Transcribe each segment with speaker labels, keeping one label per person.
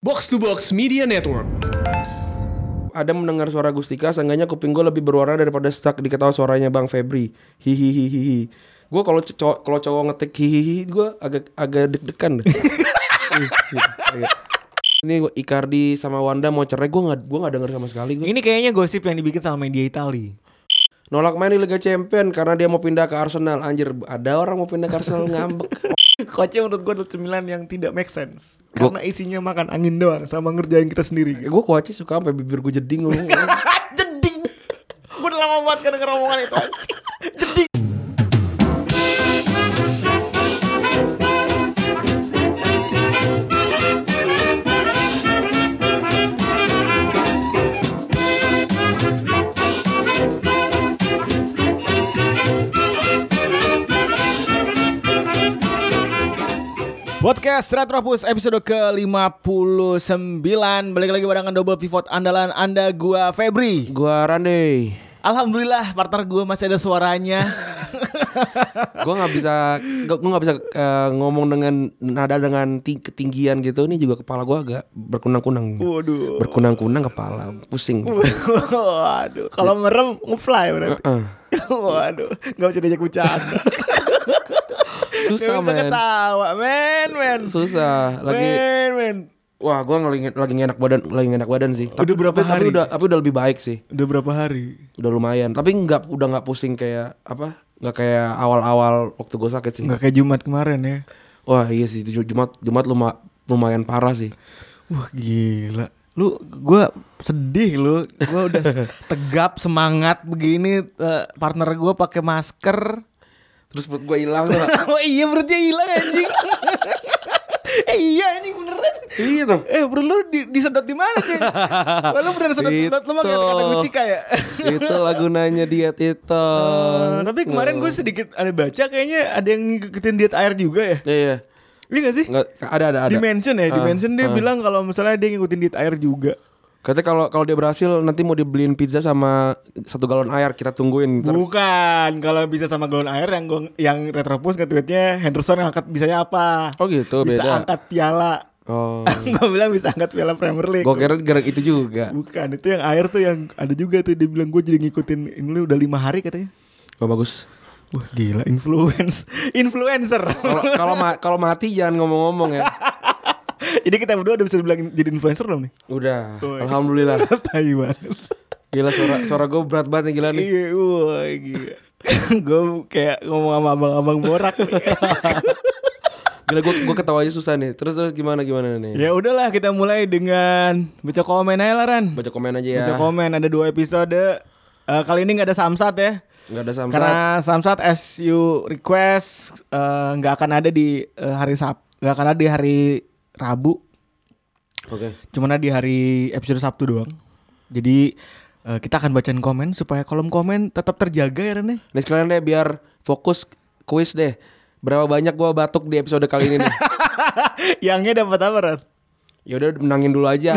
Speaker 1: Box to Box Media Network.
Speaker 2: ada mendengar suara Gustika, seenggaknya kuping gue lebih berwarna daripada stuck di ketawa suaranya Bang Febri. Hihihihihi. Gue kalau c- cowok kalau cowok ngetik hihihi gue agak agak deg-degan. deh. Ih, gitu. Ini gua- Icardi sama Wanda mau cerai gue nggak gue nggak denger sama sekali gue.
Speaker 3: Ini kayaknya gosip yang dibikin sama media Itali.
Speaker 2: Nolak main di Liga Champion karena dia mau pindah ke Arsenal. Anjir, ada orang mau pindah ke Arsenal ngambek.
Speaker 3: Coachnya menurut gue 9 yang tidak make sense. Karena isinya makan angin doang sama ngerjain kita sendiri.
Speaker 2: gue kuaci suka sampai bibir gue jeding ngomong.
Speaker 3: Jeding. Gue udah lama banget kan denger omongan itu. anjing. Jeding.
Speaker 4: Podcast Retropus episode ke-59 Balik lagi barengan double pivot andalan Anda gua Febri
Speaker 2: gue Rande.
Speaker 4: Alhamdulillah partner gua masih ada suaranya
Speaker 2: gue nggak bisa gue nggak bisa eh, ngomong dengan nada dengan ting- ketinggian gitu ini juga kepala gue agak berkunang-kunang
Speaker 3: Waduh.
Speaker 2: berkunang-kunang kepala pusing
Speaker 3: Waduh, kalau merem ngefly berarti.
Speaker 2: Heeh.
Speaker 3: Waduh, nggak bisa diajak bercanda.
Speaker 2: susah
Speaker 3: Nggak bisa
Speaker 2: men
Speaker 3: ketawa, men, men.
Speaker 2: susah lagi
Speaker 3: Men, men.
Speaker 2: wah gue lagi lagi nggak enak badan lagi nggak enak badan sih
Speaker 3: Udah berapa
Speaker 2: tapi, tapi
Speaker 3: hari?
Speaker 2: udah tapi udah lebih baik sih
Speaker 3: Udah berapa hari?
Speaker 2: udah lumayan tapi nggak udah nggak pusing kayak apa nggak kayak awal-awal waktu gue sakit sih
Speaker 3: Nggak kayak Jumat kemarin ya.
Speaker 2: wah iya sih itu jumat jumat luma- lumayan parah sih
Speaker 3: Wah gila Lu gua sedih lu Gue udah se- tegap semangat begini eh, Partner gue pakai masker
Speaker 2: terus perut gue hilang tuh
Speaker 3: Oh iya berarti hilang anjing Eh iya anjing beneran
Speaker 2: iya dong
Speaker 3: Eh perut lu di- disedot di mana sih Wah, Lu beneran sedot sedot lu mah kayak
Speaker 2: Itu.
Speaker 3: kata Gustika ya
Speaker 2: itu lagu nanya diet itu.
Speaker 3: Eh, Tapi kemarin gue sedikit ada baca kayaknya ada yang ngikutin diet air juga ya
Speaker 2: Iya, iya.
Speaker 3: Iya gak sih?
Speaker 2: Nggak, ada ada ada.
Speaker 3: Di mention ya, di
Speaker 2: Ah,
Speaker 3: mention dia
Speaker 2: ah.
Speaker 3: bilang kalau misalnya dia ngikutin diet air juga
Speaker 2: Katanya kalau kalau dia berhasil nanti mau dibeliin pizza sama satu galon air kita tungguin. Ntar.
Speaker 3: Bukan, kalau bisa sama galon air yang gua, yang Retropus nge-tweetnya Henderson ngangkat bisanya apa?
Speaker 2: Oh gitu,
Speaker 3: bisa
Speaker 2: beda.
Speaker 3: angkat piala.
Speaker 2: Oh.
Speaker 3: gua bilang bisa angkat piala Premier League.
Speaker 2: gue kira gara itu juga.
Speaker 3: Bukan, itu yang air tuh yang ada juga tuh dia bilang gue jadi ngikutin ini udah lima hari katanya.
Speaker 2: Oh bagus.
Speaker 3: Wah gila influence influencer.
Speaker 2: Kalau kalau ma- kalau mati jangan ngomong-ngomong ya.
Speaker 3: jadi kita berdua udah bisa bilang jadi influencer belum nih?
Speaker 2: Udah.
Speaker 3: Woi.
Speaker 2: Alhamdulillah.
Speaker 3: Tai banget.
Speaker 2: Gila suara suara gue berat banget nih gila nih.
Speaker 3: Iya, wah gila. gue kayak ngomong sama abang-abang borak.
Speaker 2: Gila gue gue ketawa aja susah nih. Terus terus gimana gimana nih?
Speaker 3: ya udahlah kita mulai dengan baca komen aja lah Ran.
Speaker 2: Baca komen aja ya.
Speaker 3: Baca komen ada dua episode. Eh, kali ini nggak ada Samsat ya.
Speaker 2: Gak ada samsat.
Speaker 3: Karena Samsat as you request eh, nggak akan ada di eh, hari Sab nggak akan ada di hari Rabu,
Speaker 2: Oke.
Speaker 3: cuman ada di hari episode Sabtu doang. Jadi eh, kita akan bacain komen supaya kolom komen tetap terjaga ya Rene.
Speaker 2: Nih sekalian deh biar fokus kuis deh. Berapa banyak gua batuk di episode kali ini nih?
Speaker 3: Yangnya dapat apa Ren?
Speaker 2: Ya udah menangin dulu aja.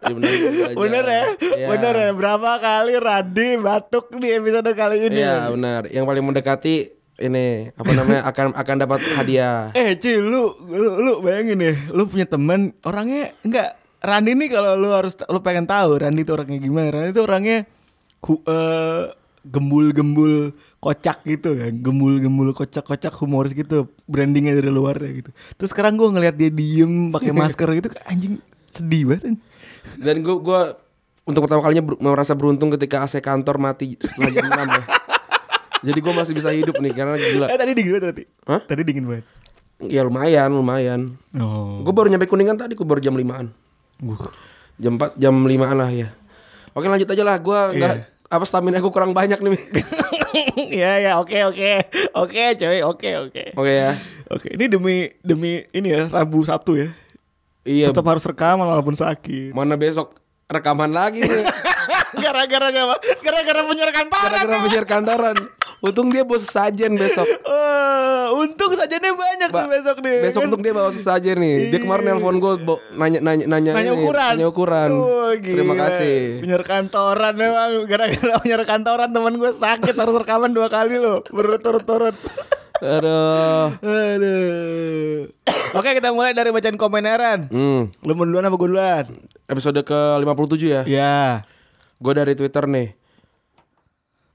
Speaker 2: Ya, menangin dulu aja.
Speaker 3: Bener ya?
Speaker 2: Iya.
Speaker 3: Bener ya? Berapa kali Radi batuk di episode kali ini?
Speaker 2: Iya, benar. Yang paling mendekati ini apa namanya akan akan dapat hadiah.
Speaker 3: Eh Ci lu, lu lu bayangin nih Lu punya temen Orangnya enggak Randi nih kalau lu harus Lu pengen tahu Randi itu orangnya gimana Randi itu orangnya hu- eh, Gembul-gembul kocak gitu kan Gembul-gembul kocak-kocak humoris gitu Brandingnya dari luar gitu Terus sekarang gue ngeliat dia diem pakai masker gitu Anjing sedih banget
Speaker 2: Dan gua gua untuk pertama kalinya ber- merasa beruntung ketika AC kantor mati setelah jam 6 ya. Jadi gua masih bisa hidup nih karena gila.
Speaker 3: Eh tadi dingin banget berarti
Speaker 2: Hah?
Speaker 3: Tadi dingin banget
Speaker 2: Ya lumayan, lumayan.
Speaker 3: Oh
Speaker 2: Gua baru nyampe Kuningan tadi, gua baru jam 5-an. Jam 4, jam 5-an lah ya. Oke, lanjut aja lah. Gua
Speaker 3: Iya.
Speaker 2: nggak- apa stamina gua kurang banyak nih. Mi.
Speaker 3: Ya ya oke oke Oke coy oke oke
Speaker 2: Oke ya.
Speaker 3: Oke ini demi Demi ini ya Rabu Sabtu ya
Speaker 2: Iya.
Speaker 3: tetap harus rekaman walaupun sakit.
Speaker 2: Mana besok rekaman lagi nih.
Speaker 3: Gara-gara siapa? Gara-gara penyerekan parah.
Speaker 2: Gara-gara penyiar kantoran. Untung dia bos sesajen besok.
Speaker 3: Eh, untung sajennya banyak
Speaker 2: Ba-
Speaker 3: tuh besok nih.
Speaker 2: Besok
Speaker 3: Kan- Iya.
Speaker 2: untung dia bawa sesajen nih. Dia kemarin nelpon gue nanya nanya nanya,
Speaker 3: Nanya
Speaker 2: ini,
Speaker 3: ukuran.
Speaker 2: Nanya ukuran.
Speaker 3: Oh,
Speaker 2: Terima
Speaker 3: gila.
Speaker 2: kasih.
Speaker 3: Penyiar kantoran memang gara-gara penyiar kantoran teman gue sakit harus rekaman dua kali loh berturut-turut.
Speaker 4: Aduh.
Speaker 3: Aduh.
Speaker 4: Oke kita mulai dari bacain komen Eren.
Speaker 2: Hmm.
Speaker 3: Lu mau duluan apa gue duluan?
Speaker 2: Episode ke 57 ya.
Speaker 3: Ya.
Speaker 2: Gue dari Twitter nih.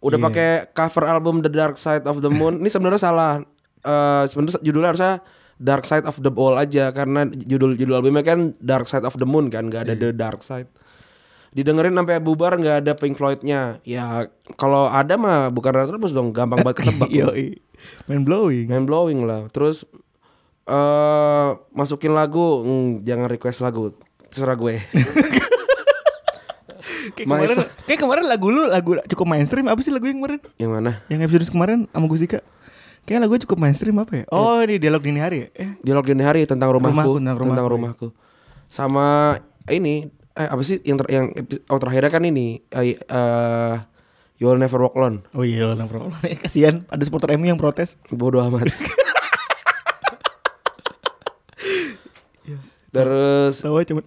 Speaker 2: Udah
Speaker 3: Iya.
Speaker 2: pakai cover album The Dark Side of the Moon. Ini sebenarnya salah. Eh sebenarnya judulnya harusnya Dark Side of the Ball aja karena judul judul albumnya kan Dark Side of the Moon kan, nggak ada The Dark Side. Didengerin sampai bubar nggak ada Pink Floyd-nya. Ya kalau ada mah bukan Retropus dong, gampang banget ketebak.
Speaker 3: Yoi. Main blowing.
Speaker 2: Mind blowing lah. Terus eh masukin lagu, hmm, jangan request lagu, terserah gue.
Speaker 3: Kayak
Speaker 2: Main-
Speaker 3: kemarin, kayak kemarin lagu lu lagu cukup mainstream apa sih lagu yang kemarin?
Speaker 2: Yang mana?
Speaker 3: Yang episode kemarin sama Gus Dika. Kayak lagu cukup mainstream apa ya? Oh, ini dialog dini hari ya? Eh,
Speaker 2: Dialog dini hari tentang rumahku,
Speaker 3: Rumahku, tentang
Speaker 2: tentang rumahku. Sama ini eh apa sih yang ter, yang epi- oh, terakhirnya kan ini eh eh, You Will Never Walk Alone.
Speaker 3: Oh iya lo problem. Kasihan ada supporter MU yang protes.
Speaker 2: Bodoh amat. Terus
Speaker 3: Tawa cuma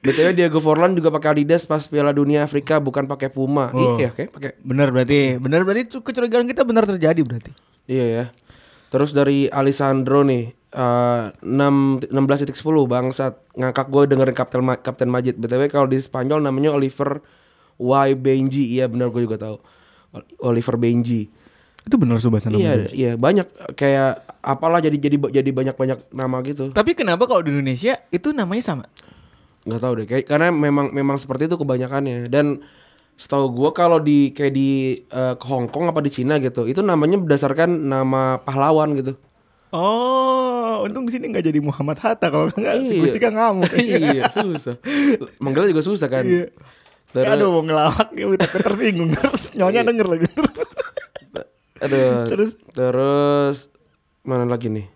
Speaker 2: BTW Diego Forlan juga pakai Adidas pas Piala Dunia Afrika bukan pakai Puma.
Speaker 3: Oh.
Speaker 2: Iya, kayak pakai
Speaker 3: Bener berarti, bener berarti itu kecurigaan kita benar terjadi berarti.
Speaker 2: Iya ya. Terus dari Alessandro nih eh, 6 16.10 bangsat ngakak gue dengerin Kapten Ma- Kapten Majid. BTW kalau di Spanyol namanya Oliver Y Benji. Iya benar gue juga tahu. Ol- Oliver Benji.
Speaker 3: Itu bener Subasa
Speaker 2: Iya, iya banyak kayak apalah jadi jadi jadi banyak-banyak nama gitu.
Speaker 3: Tapi kenapa kalau di Indonesia itu namanya sama?
Speaker 2: nggak tahu deh kayak karena memang memang seperti itu kebanyakannya dan setahu gua kalau di kayak di eh, Hong Kong apa di Cina gitu itu namanya berdasarkan nama pahlawan gitu
Speaker 3: Oh, untung di sini nggak jadi Muhammad Hatta kalau nggak si
Speaker 2: Iya.
Speaker 3: Gustika ngamuk.
Speaker 2: iya susah manggilnya juga susah kan
Speaker 3: Iya.
Speaker 2: Terus-
Speaker 3: Aduh mau ngelawak ya udah tersinggung terus nyonya denger lagi terus.
Speaker 2: Aduh.
Speaker 3: Terus?
Speaker 2: terus terus mana lagi nih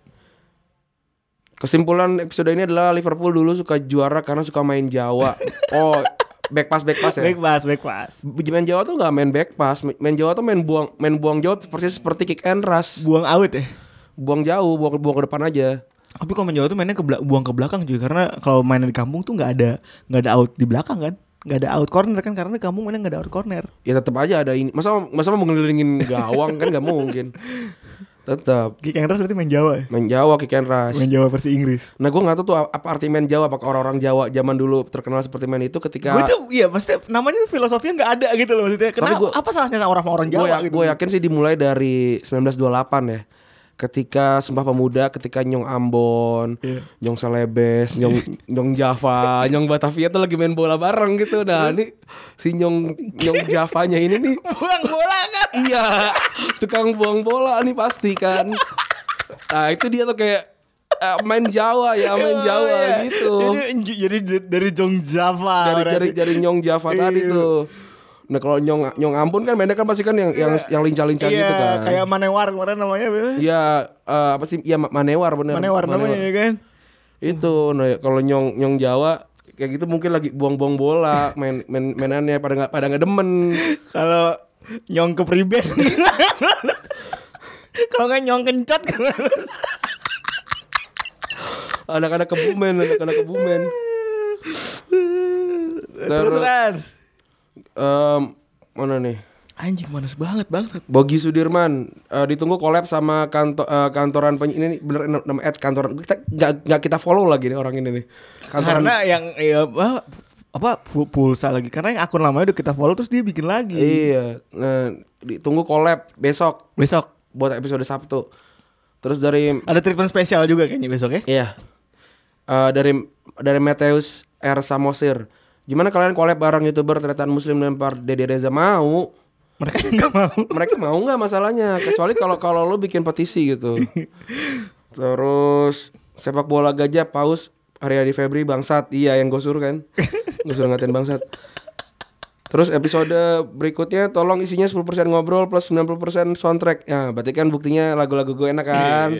Speaker 2: kesimpulan episode ini adalah Liverpool dulu suka juara karena suka main Jawa oh back pass back pass ya
Speaker 3: Baik pas, baik pas.
Speaker 2: main Jawa tuh nggak main back pass main Jawa tuh main buang main buang Jawa persis seperti kick and rush
Speaker 3: Buang out ya.
Speaker 2: buang jauh buang buang ke depan aja
Speaker 3: Tapi kalau main Jawa tuh mainnya ke bela- buang ke belakang cuy karena kalau mainnya di kampung tuh nggak ada nggak ada out di belakang kan. Nggak ada out corner kan karena di kampung mainnya nggak ada out corner.
Speaker 2: ya tetap aja ada ini masa masa mau ngelilingin gawang kan nggak mungkin tetap
Speaker 3: Kick and rush berarti main Jawa ya.
Speaker 2: main Jawa kick and rush
Speaker 3: Main Jawa versi Inggris.
Speaker 2: Nah gue gak tahu tuh apa arti main Jawa Apakah orang-orang Jawa zaman dulu terkenal seperti main itu ketika
Speaker 3: Gue tuh iya maksudnya namanya tuh filosofinya nggak ada gitu loh maksudnya. Kenapa?
Speaker 2: gua-
Speaker 3: apa salahnya sama orang orang
Speaker 2: Gue
Speaker 3: Jawa
Speaker 2: ya,
Speaker 3: gitu?
Speaker 2: gua yakin sih dimulai dari 1928 ya Ketika Sumpah Pemuda, ketika Nyong Ambon,
Speaker 3: Iya.
Speaker 2: Nyong Selebes, Nyong Nyong Java, Nyong Batavia tuh lagi main bola bareng gitu. Nah
Speaker 3: Iya.
Speaker 2: ini si Nyong Nyong Javanya ini nih
Speaker 3: Buang bola kan.
Speaker 2: Iya, tukang buang bola nih pasti kan. Nah itu dia tuh kayak eh, main Jawa ya main Jawa
Speaker 3: Oh, iya.
Speaker 2: gitu.
Speaker 3: Jadi, jadi dari Jong Java.
Speaker 2: Dari
Speaker 3: berarti.
Speaker 2: dari dari nyong Java tadi
Speaker 3: Iya.
Speaker 2: tuh. Nah kalau nyong nyong Ambon kan mainnya kan pasti kan yang yang yang lincah-lincah
Speaker 3: Iya,
Speaker 2: gitu kan.
Speaker 3: kayak Manewar kemarin namanya. apa?
Speaker 2: Iya eh, apa sih? Iya Ma- Manewar bener.
Speaker 3: Manewar namanya ya kan.
Speaker 2: Itu nah ya, kalau nyong nyong Jawa kayak gitu mungkin lagi buang-buang bola main main mainannya pada nggak pada nggak demen.
Speaker 3: Kalau Nyong kepriben. Kalau nggak Nyong kencot
Speaker 2: Anak-anak kebumen, anak-anak kebumen.
Speaker 3: Terus Ran.
Speaker 2: Em, mana nih?
Speaker 3: Anjing manas banget bangsat.
Speaker 2: Bogi Sudirman eh, ditunggu collab sama kantor kantoran peny- ini nih, bener nama ad kantoran kita nggak nggak kita follow lagi nih orang ini nih kantoran
Speaker 3: Karena yang ya, apa, apa fu- pulsa lagi karena yang akun lamanya udah kita follow terus dia bikin lagi.
Speaker 2: iya nah, ditunggu collab besok
Speaker 3: Besok
Speaker 2: buat episode Sabtu terus dari
Speaker 3: ada treatment spesial juga kayaknya besok ya.
Speaker 2: iya Eh, dari dari Mateus R Samosir gimana kalian collab bareng youtuber tretan muslim lempar Dede Reza mau
Speaker 3: Mereka nggak mau.
Speaker 2: mereka mau nggak masalahnya kecuali kalau kalau lo bikin petisi gitu terus sepak bola gajah paus Haryadi Febri bangsat iya yang gue suruh kan gue suruh ngatain bangsat terus episode berikutnya tolong isinya 10% ngobrol plus 90% soundtrack ya berarti kan buktinya lagu-lagu gue enak
Speaker 3: Iya,
Speaker 2: kan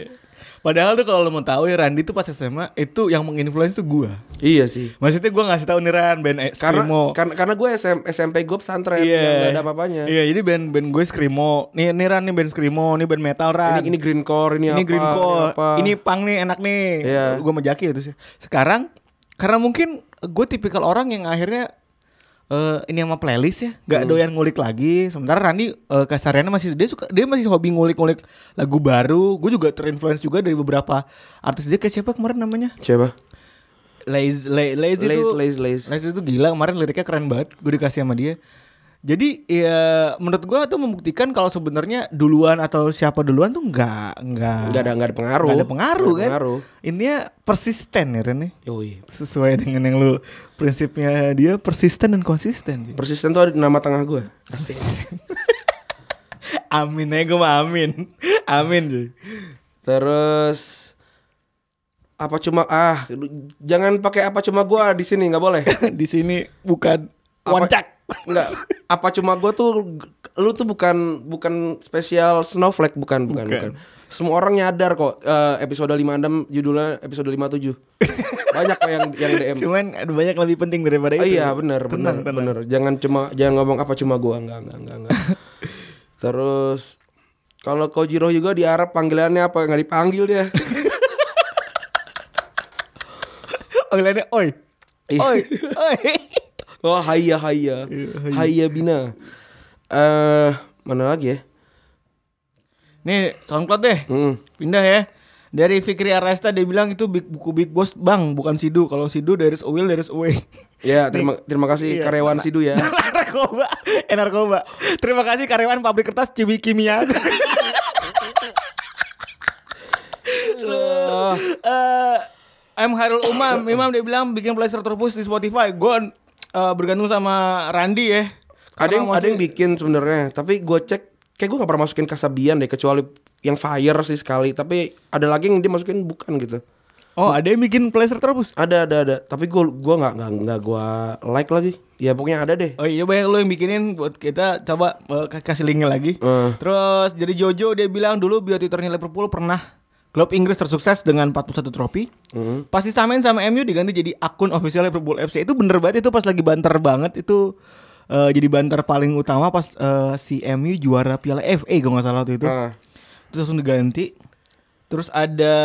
Speaker 3: Padahal tuh kalau lo mau tahu ya Randy tuh pas SMA itu yang menginfluence tuh gua.
Speaker 2: iya sih
Speaker 3: Maksudnya gua ngasih tahu nih Ran band eh,
Speaker 2: karena
Speaker 3: Screamo.
Speaker 2: karena, karena gue SM, SMP gue pesantren
Speaker 3: Iya.
Speaker 2: yang gak ada apa-apanya
Speaker 3: Iya, jadi band band gue Screamo. Nih nih Ran nih band Screamo, nih band metal Ran.
Speaker 2: ini ini greencore ini,
Speaker 3: ini
Speaker 2: apa,
Speaker 3: greencore.
Speaker 2: apa.
Speaker 3: Ini punk nih enak nih.
Speaker 2: Iya.
Speaker 3: Gue mejaki itu sih. Sekarang karena mungkin gue tipikal orang yang akhirnya eh, ini sama playlist ya, nggak
Speaker 2: Hmm.
Speaker 3: doyan ngulik lagi. Sementara Randi eh, kasarnya masih dia suka dia masih hobi ngulik-ngulik lagu baru. Gue juga terinfluence juga dari beberapa artis dia kayak siapa kemarin namanya?
Speaker 2: Siapa?
Speaker 3: Lays, Lay- Lays
Speaker 2: Lays,
Speaker 3: itu
Speaker 2: Lays, Lays.
Speaker 3: itu gila kemarin liriknya keren banget gue dikasih sama dia jadi ya menurut gue itu membuktikan kalau sebenarnya duluan atau siapa duluan tuh nggak nggak
Speaker 2: Nggak ada- nggak ada pengaruh.
Speaker 3: nggak ada pengaruh
Speaker 2: Nggak
Speaker 3: kan
Speaker 2: ada pengaruh.
Speaker 3: intinya persisten ya Ren ya.
Speaker 2: Yoi.
Speaker 3: sesuai dengan yang lu prinsipnya dia persisten dan konsisten Ji.
Speaker 2: Persisten tuh ada di nama tengah gue.
Speaker 3: amin ya gue mah amin amin Ji.
Speaker 2: Terus apa cuma ah jangan pakai apa cuma gue di sini nggak boleh.
Speaker 3: di sini bukan
Speaker 2: Apa-
Speaker 3: wancak
Speaker 2: Enggak, apa cuma gue tuh lu tuh bukan bukan spesial snowflake bukan bukan bukan.
Speaker 3: Bukan.
Speaker 2: Semua orang nyadar kok eh, episode 56 judulnya episode 57. Banyak kok yang yang DM.
Speaker 3: cuman ada banyak lebih penting daripada
Speaker 2: Oh
Speaker 3: itu
Speaker 2: iya benar benar
Speaker 3: Tenang, tenang.
Speaker 2: benar. Jangan cuma jangan ngomong apa cuma gua enggak enggak enggak enggak. Terus kalau Kojiro juga di Arab panggilannya apa nggak dipanggil dia?
Speaker 3: Oh, lainnya, oi.
Speaker 2: Ih.
Speaker 3: Oi, oi.
Speaker 2: Oh haya haya haya bina. Eh mana lagi ya?
Speaker 3: Nih, SoundCloud deh.
Speaker 2: Hmm.
Speaker 3: Pindah ya. Dari Fikri Aresta dia bilang itu big, buku Big Boss Bang, bukan Sidu. Kalau Sidu dari Will dari Away.
Speaker 2: Ya terima terima kasih
Speaker 3: Iya,
Speaker 2: karyawan Sidu ya.
Speaker 3: Nah, narkoba, eh narkoba. Terima kasih karyawan pabrik kertas Ciwi Kimia.
Speaker 2: Ah.
Speaker 3: Eh, I'm Hairul Umam. Imam dia bilang bikin playlist terpus di Spotify. Gue eh, bergantung sama Randi ya.
Speaker 2: ada yang
Speaker 3: Karena
Speaker 2: ada yang
Speaker 3: maksudnya-
Speaker 2: bikin sebenarnya tapi gue cek kayak gue gak pernah masukin kasabian deh kecuali yang fire sih sekali tapi ada lagi yang dia masukin bukan gitu
Speaker 3: Oh, ada yang bikin playlist terpus.
Speaker 2: ada ada ada tapi gue gua nggak nggak nggak gue like lagi ya pokoknya ada deh
Speaker 3: Oh iya coba yang lo yang bikinin buat kita coba eh, k- kasih linknya lagi.
Speaker 2: Eh.
Speaker 3: Terus jadi Jojo dia bilang dulu biotitornya Liverpool pernah klub Inggris tersukses dengan 41 trofi.
Speaker 2: Hmm.
Speaker 3: Pasti samain sama MU diganti jadi akun official Liverpool FC. Itu bener banget itu pas lagi banter banget itu eh, jadi banter paling utama pas eh, si MU juara Piala FA kalau nggak salah waktu itu.
Speaker 2: Ah.
Speaker 3: Terus langsung diganti. Terus ada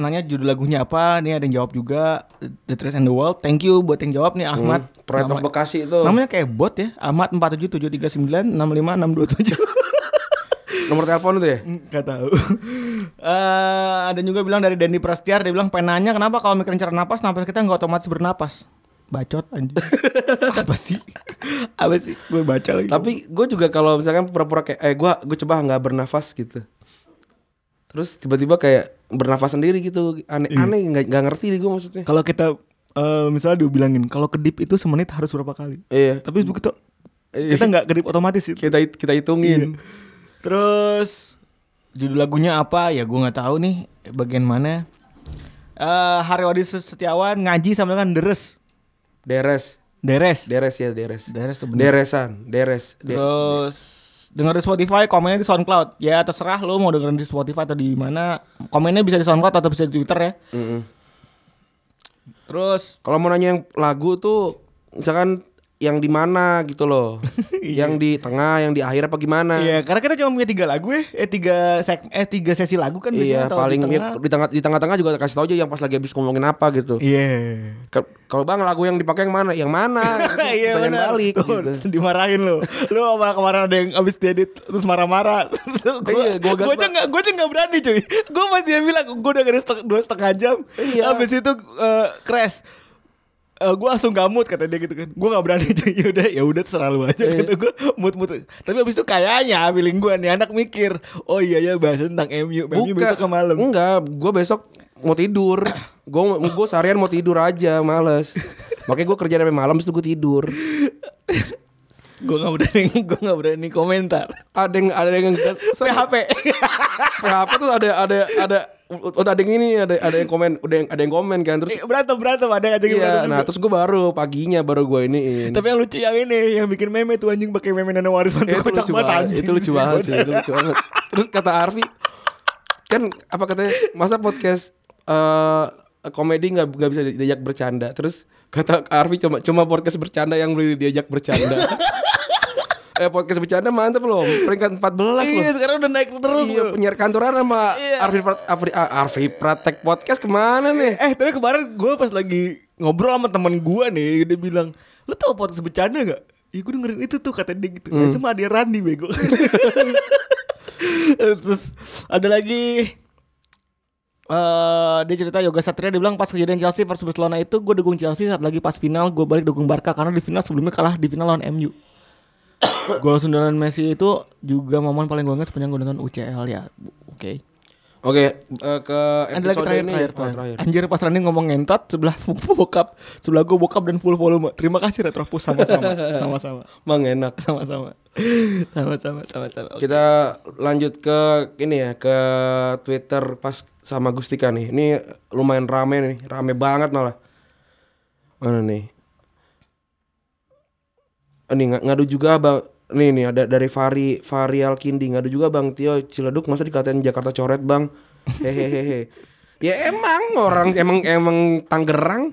Speaker 3: nanya judul lagunya apa? Nih ada yang jawab juga The Trees and the World. Thank you buat yang jawab nih Ahmad.
Speaker 2: Hmm, Pride of
Speaker 3: Nama-
Speaker 2: Bekasi itu
Speaker 3: Namanya kayak bot ya. Ahmad 47739656627.
Speaker 2: nomor telepon itu ya
Speaker 3: Gak tahu. Eh, ada juga bilang dari Dendi Prastiar dia bilang penanya kenapa kalau mikirin cara napas napas kita nggak otomatis bernapas. Bacot anjing. Apa sih? Apa sih? Gue baca lagi.
Speaker 2: tapi gue juga kalau misalkan pura-pura kayak eh gue gue coba nggak bernafas gitu terus tiba-tiba kayak bernafas sendiri gitu
Speaker 3: Iya.
Speaker 2: aneh-aneh nggak nggak ngerti gue maksudnya
Speaker 3: kalau kita eh, misalnya dibilangin kalau kedip itu semenit harus berapa kali?
Speaker 2: iya
Speaker 3: Tapi begitu kita nggak kedip otomatis itu.
Speaker 2: kita hit- kita
Speaker 3: Iya.
Speaker 2: hitungin
Speaker 3: Terus judul lagunya apa? Ya gue nggak tahu nih bagian mana. Eh Haryadi Setiawan ngaji sama dengan deres, Iya.
Speaker 2: deres
Speaker 3: deres.
Speaker 2: deres ya deres
Speaker 3: Deres tuh bener.
Speaker 2: Deresan, deres. De-
Speaker 3: Oh. Terus dengar di Spotify, komennya di SoundCloud. Ya terserah lo mau dengerin di Spotify atau di mana. Komennya bisa di SoundCloud atau bisa di Twitter ya.
Speaker 2: Mm-mm.
Speaker 3: Terus
Speaker 2: Kalau mau nanya yang lagu tuh misalkan yang di mana gitu loh. yang di tengah, yang di akhir apa gimana?
Speaker 3: Iya, karena kita cuma punya tiga lagu ya, eh tiga seg eh tiga sesi lagu kan
Speaker 2: Iya,
Speaker 3: biasanya atau
Speaker 2: paling
Speaker 3: di tengah.
Speaker 2: di tengah di tengah-tengah juga kasih tau aja yang pas lagi habis ngomongin apa gitu.
Speaker 3: Iya.
Speaker 2: Ke- Kalau Bang lagu yang dipakai yang mana? Yang mana? Pertanyaan
Speaker 3: Iya benar.
Speaker 2: balik
Speaker 3: Tuh,
Speaker 2: gitu.
Speaker 3: Dimarahin lo. Lo sama kemarin ada yang abis diedit terus marah-marah.
Speaker 2: Iya,
Speaker 3: gue
Speaker 2: gua gas
Speaker 3: gue aja
Speaker 2: banget.
Speaker 3: nggak gue aja nggak berani cuy. Gue pas dia bilang gue udah garis dua setengah jam.
Speaker 2: Iya.
Speaker 3: Abis itu eh, crash. Eh, gue langsung gamut kata dia gitu kan gue gak berani cuy yaudah ya udah terserah lu aja
Speaker 2: Iya.
Speaker 3: gitu gue mut mut tapi abis itu kayaknya feeling gue nih anak mikir oh iya ya bahas tentang MU MU besok ke malam
Speaker 2: Enggak, gue besok mau tidur. Gue gue seharian mau tidur aja, males. Makanya gue kerja sampai malam, terus gue tidur.
Speaker 3: gue gak berani gue gak berani komentar
Speaker 2: ada yang ada yang ngegas PHP PHP tuh ada ada ada udah ada yang ini ada ada yang komen udah yang ada yang komen kan terus
Speaker 3: Eh, berantem berantem ada yang ngajakin
Speaker 2: iya
Speaker 3: berantem
Speaker 2: nah terus gue baru paginya baru gue iniin
Speaker 3: Tapi yang lucu yang ini yang bikin meme tuh anjing pakai meme Nana Warisman
Speaker 2: Eh,
Speaker 3: tuh kocak banget anjing.
Speaker 2: itu lucu banget sih itu lucu banget terus kata Arfi kan apa katanya masa podcast eh komedi nggak nggak bisa diajak bercanda terus kata Arfi cuma cuma podcast bercanda yang boleh diajak bercanda eh podcast bercanda mantep loh peringkat 14 loh
Speaker 3: Iya, sekarang udah naik terus.
Speaker 2: iya,
Speaker 3: loh. Iya.
Speaker 2: penyiar kantoran sama Arfi, Prat, Arfi, ah, Arfi Pratek Podcast kemana nih?
Speaker 3: Iya. Eh, tapi kemarin gue pas lagi ngobrol sama teman gua nih dia bilang lu tau podcast bercanda nggak Iya gue dengerin itu tuh kata dia gitu Nah, Itu mah dia Randi bego Terus ada lagi eh dia cerita Yoga Satria dia bilang pas kejadian Chelsea versus Barcelona itu gue dukung Chelsea saat lagi pas final gue balik dukung Barca karena di final sebelumnya kalah di final lawan MU. Gol sundulan Messi itu juga momen paling gue ingat sepanjang gue nonton UCL ya. Bu- Oke.
Speaker 2: Oke, eh, ke
Speaker 3: Ada lagi
Speaker 2: episode
Speaker 3: terakhir,
Speaker 2: ini.
Speaker 3: terakhir,
Speaker 2: Oh,
Speaker 3: terakhir.
Speaker 2: terakhir.
Speaker 3: Anjir pas Rani ngomong ngentot sebelah bokap, sebelah gue bokap dan full volume. Terima kasih Retropus sama-sama, sama-sama,
Speaker 2: Mang enak.
Speaker 3: sama-sama, sama-sama, sama-sama. Oke.
Speaker 2: Kita lanjut ke ini ya ke Twitter pas sama Gustika nih. Ini lumayan rame nih, rame banget malah. Mana nih? Ini nga- ngadu juga bang. Nih nih ada dari Fari Varial Kindi ngadu juga bang Tio Ciledug masa dikatain Jakarta coret bang. Hehehehe. ya emang orang emang emang Tangerang.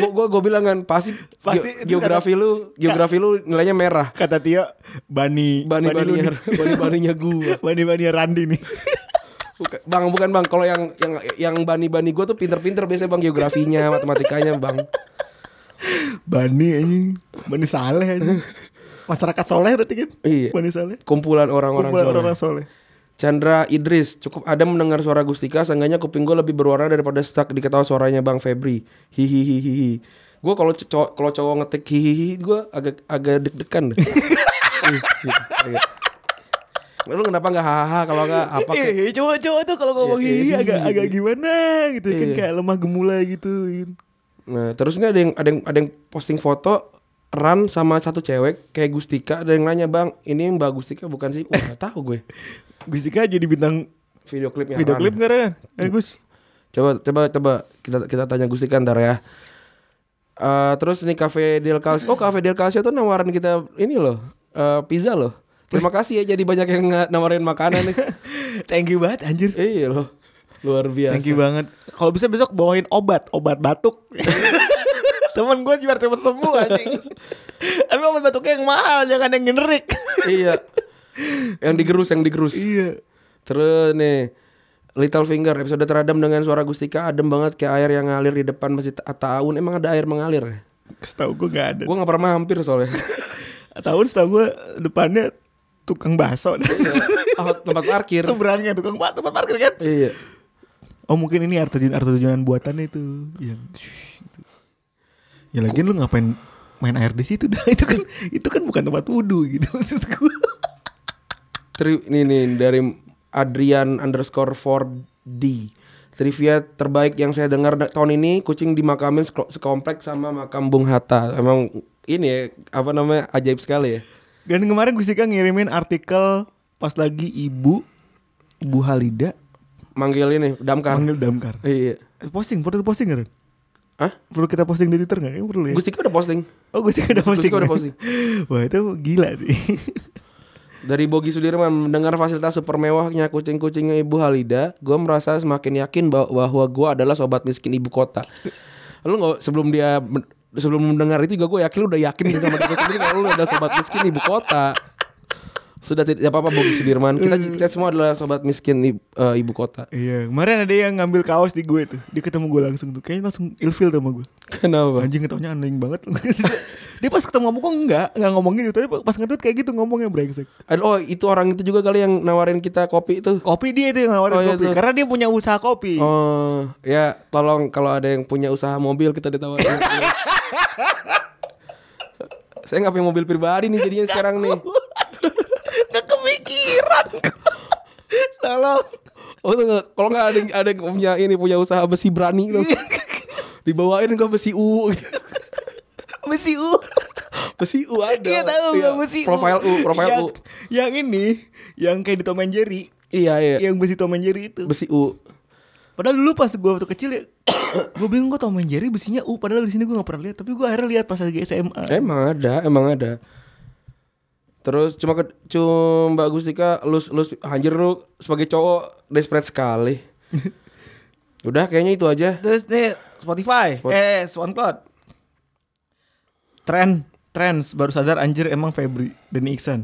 Speaker 2: Gua gua, gua bilang kan pasti, ge-
Speaker 3: Pasti kan
Speaker 2: geografi lu geografi lu nilainya merah.
Speaker 3: Kata Tio, Bani,
Speaker 2: Bani
Speaker 3: lu
Speaker 2: baninya
Speaker 3: nih.
Speaker 2: bani baninya gua.
Speaker 3: Bani Bani Randi nih.
Speaker 2: Bukan- bang bukan bang kalau yang yang yang bani bani gue tuh pinter-pinter biasanya bang geografinya matematikanya bang
Speaker 3: Bani anjing. Bani Saleh anjing. Masyarakat soleh berarti kan?
Speaker 2: Iya.
Speaker 3: Bani Saleh.
Speaker 2: kumpulan orang-orang
Speaker 3: Kumpulan
Speaker 2: soleh.
Speaker 3: orang soleh.
Speaker 2: Chandra Idris cukup ada mendengar suara Gustika seenggaknya kuping gue lebih berwarna daripada stuck di ketawa suaranya Bang Febri hihihihihi gue kalau c- cowok kalau cowok ngetik hihihi gue agak agak deg-degan deh. Ih, gitu, agak. lu kenapa nggak hahaha kalau nggak apa kayak
Speaker 3: Eh, cowok-cowok tuh kalau ngomong
Speaker 2: Iya,
Speaker 3: gini
Speaker 2: iya.
Speaker 3: agak agak gimana gitu kan
Speaker 2: Iya.
Speaker 3: kayak lemah gemulai gitu. kan.
Speaker 2: Nah, terus ini ada yang ada yang ada yang posting foto Ran sama satu cewek kayak Gustika ada yang nanya bang ini Mbak Gustika bukan sih? Wah nggak tahu gue
Speaker 3: Gustika jadi bintang
Speaker 2: video klipnya.
Speaker 3: video
Speaker 2: Ran.
Speaker 3: klip enggak kan? Eh Gus.
Speaker 2: Coba coba coba kita kita tanya Gustika ntar ya. Eh, terus ini Cafe Del Calcio. Oh Cafe Del Calcio tuh nawarin kita ini loh eh, pizza loh. Terima kasih ya jadi banyak yang nga- nawarin makanan nih.
Speaker 3: Thank you banget anjir.
Speaker 2: iya loh luar biasa.
Speaker 3: Thank you banget. Kalau bisa besok bawain obat, obat batuk. Temen gue biar cepet sembuh anjing. Tapi obat batuknya yang mahal, jangan yang generik.
Speaker 2: iya. Yang digerus yang digerus.
Speaker 3: iya.
Speaker 2: Terus nih Little Finger episode teradam dengan suara Gustika adem banget kayak air yang ngalir di depan masjid Ataun. Emang ada air mengalir?
Speaker 3: Setahu gue gak ada.
Speaker 2: Gue nggak pernah mampir soalnya.
Speaker 3: tahun setahu gue depannya tukang bakso
Speaker 2: Oh, tempat parkir.
Speaker 3: seberangnya tukang bak- tempat parkir kan
Speaker 2: Iya.
Speaker 3: oh mungkin ini harta tujuan harta tujuan buatannya itu yang shh, gitu. ya lagian lu ngapain main air di situ dah itu kan itu kan bukan tempat wudhu gitu maksud gue
Speaker 2: Tri ini nih dari Adrian underscore 4D Trivia terbaik yang saya dengar da- tahun ini kucing dimakamin seko- sekompleks sama makam Bung Hatta. Emang ini ya, apa namanya ajaib sekali ya.
Speaker 3: dan kemarin Gusika ngirimin artikel pas lagi ibu Bu Halida
Speaker 2: Manggil ini damkar.
Speaker 3: panggil damkar
Speaker 2: Iya.
Speaker 3: Eh, posting perlu posting kan
Speaker 2: Hah?
Speaker 3: perlu kita posting di Twitter nggak Kayaknya perlu ya
Speaker 2: Gustika udah posting
Speaker 3: oh Gusika udah
Speaker 2: Gusika
Speaker 3: posting
Speaker 2: udah
Speaker 3: kan?
Speaker 2: posting.
Speaker 3: wah itu gila sih
Speaker 2: Dari Bogi Sudirman mendengar fasilitas super mewahnya kucing-kucingnya Ibu Halida, gue merasa semakin yakin bah- bahwa gue adalah sobat miskin ibu kota. Lu nggak sebelum dia men- sebelum mendengar itu juga gue yakin lu udah yakin gitu sama diri lu sendiri kalau lu adalah sobat miskin ibu kota. Sudah tidak apa-apa Bogi Sudirman. Kita kita semua adalah sobat miskin i- eh, ibu kota.
Speaker 3: Iya, kemarin ada yang ngambil kaos di gue tuh. Dia ketemu gue langsung tuh. Kayaknya langsung ilfil tuh sama gue.
Speaker 2: Kenapa?
Speaker 3: Anjing ketawanya aneh banget. dia pas ketemu sama gue enggak, enggak ngomong gitu. Tapi pas ngetweet kayak gitu ngomongnya brengsek.
Speaker 2: Aduh, Oh, itu orang itu juga kali yang nawarin kita kopi itu.
Speaker 3: Kopi dia itu yang nawarin
Speaker 2: Oh, iya
Speaker 3: kopi.
Speaker 2: tuh.
Speaker 3: Karena dia punya usaha kopi.
Speaker 2: Oh, ya tolong kalau ada yang punya usaha mobil kita ditawarin. Saya nggak punya mobil pribadi nih jadinya sekarang nih.
Speaker 3: Gak kepikiran. Tolong.
Speaker 2: Oh, tuh nggak- kalau nggak ada yang- ada yang punya ini punya usaha besi berani tuh. Dibawain gua besi U.
Speaker 3: Besi U.
Speaker 2: besi U ada.
Speaker 3: Iya tahu
Speaker 2: Iya,
Speaker 3: gua besi U. Iya.
Speaker 2: Profile U, profile
Speaker 3: yang,
Speaker 2: U.
Speaker 3: Yang ini, yang kayak di Tom and Jerry.
Speaker 2: Iya, iya.
Speaker 3: Yang besi Tom and Jerry itu.
Speaker 2: Besi U.
Speaker 3: Padahal dulu pas gue waktu kecil ya, gue bingung kok Tom and Jerry besinya U. Padahal di sini gue gak pernah lihat, tapi gue akhirnya lihat pas lagi SMA.
Speaker 2: Emang ada, emang ada. Terus cuma ke, cuma Mbak Gustika lu lu anjir lu sebagai cowok desperate sekali. Udah kayaknya itu aja.
Speaker 3: Terus nih Spotify, eh SoundCloud. Trend, trends baru sadar anjir emang Febri dan Iksan.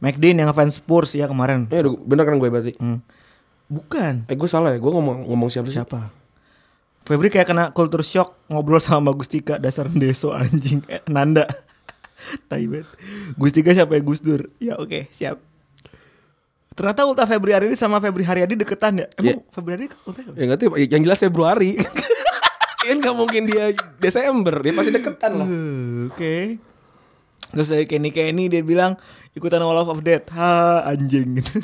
Speaker 3: McDean yang fans Spurs ya kemarin.
Speaker 2: Eh, aduh, bener kan gue berarti?
Speaker 3: Hmm. Bukan.
Speaker 2: Eh, gue salah ya. Gue ngomong ngomong siapa sih?
Speaker 3: Siapa? Febri kayak kena culture shock ngobrol sama Gustika dasar deso anjing eh, Nanda. Tai banget. Gustika siapa ya Gus Dur? Ya oke, siap. Ternyata Ulta Febri Haryadi sama Febri Haryadi deketan ya? Emang
Speaker 2: Iya.
Speaker 3: Febri Haryadi ke Ulta?
Speaker 2: Ya nggak tahu, yang jelas Februari. Kan nggak mungkin dia Desember, dia pasti deketan lah.
Speaker 3: Eh, Oke. Terus dari Kenny Kenny dia bilang ikutan Wall of Death. Ha anjing gitu.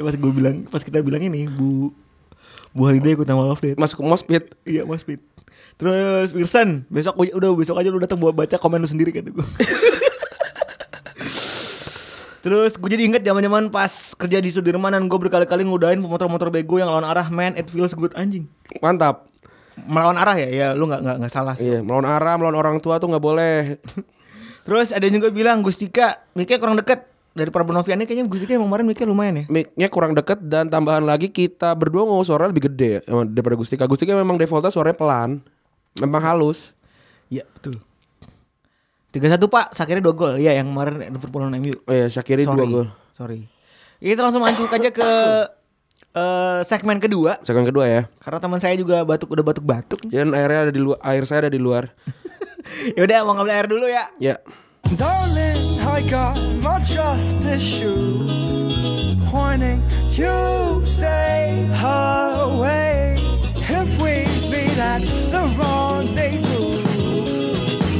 Speaker 3: ya pas gue bilang, pas kita bilang ini Bu Bu Halida ikutan Wall of Death.
Speaker 2: Masuk ke mospit.
Speaker 3: Iya Mas Pit. Terus Wilson, besok u- udah besok aja lu datang buat baca komen lu sendiri kata gue. Terus gue jadi inget zaman-zaman pas kerja di Sudirmanan gue berkali-kali ngudain pemotor-motor bego yang lawan arah man it feels good anjing.
Speaker 2: Mantap.
Speaker 3: Melawan arah ya, ya lu nggak nggak nggak salah. sih.
Speaker 2: Iya, melawan arah, melawan orang tua tuh nggak boleh.
Speaker 3: Terus ada yang juga bilang Gustika mikir kurang deket dari Prabonovian kayaknya Gustika emang kemarin mikir lumayan ya.
Speaker 2: Mic-nya kurang deket dan tambahan lagi kita berdua ngomong suara lebih gede ya, emang daripada Gustika. Gustika memang defaultnya suaranya pelan, memang halus.
Speaker 3: Iya betul. Tiga satu pak, sakirnya dua gol ya yang kemarin Liverpool lawan MU.
Speaker 2: Oh iya, Syakiri dua gol.
Speaker 3: Sorry. Kita langsung masuk aja ke eh, segmen kedua
Speaker 2: Segmen kedua ya.
Speaker 3: karena teman saya juga batuk udah batuk-batuk.
Speaker 2: Dan airnya ada di luar, air saya ada di luar.
Speaker 3: ya udah mau ngambil air dulu ya.
Speaker 2: Ya.
Speaker 1: Darling, I got my trust issues. Warning, you stay away. If we meet at the rendezvous,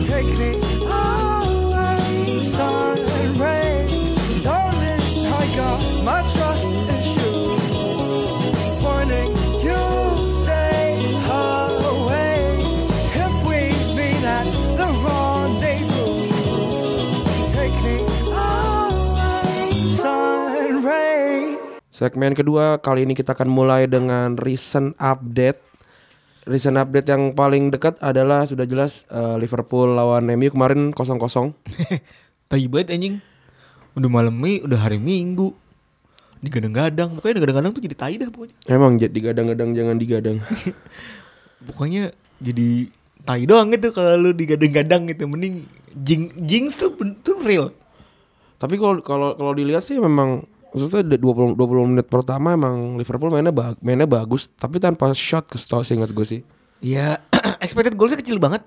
Speaker 1: take me away, sun and rain. Darling, I got my trust issues. Warning, you stay away. If we meet at the rendezvous. Take me away, sun rays.
Speaker 2: Segmen kedua kali ini kita akan mulai dengan recent update. Recent update yang paling dekat adalah sudah jelas eh, Liverpool lawan MU kemarin 0-0.
Speaker 3: Tai banget anjing. Udah malam mi, udah hari Minggu. Digadang-gadang, pokoknya digadang-gadang tuh jadi tai dah pokoknya.
Speaker 2: Emang jadi digadang-gadang jangan digadang.
Speaker 3: Pokoknya jadi tai doang gitu kalau lu digadang-gadang gitu. Mending jing jings tuh, ben- tuh real.
Speaker 2: Tapi kalau kalau kalau dilihat sih memang maksudnya de- 20 20 menit pertama emang Liverpool mainnya ba- mainnya bagus tapi tanpa shot ke setahu seingat gue sih.
Speaker 3: Ya, expected goalsnya kecil banget.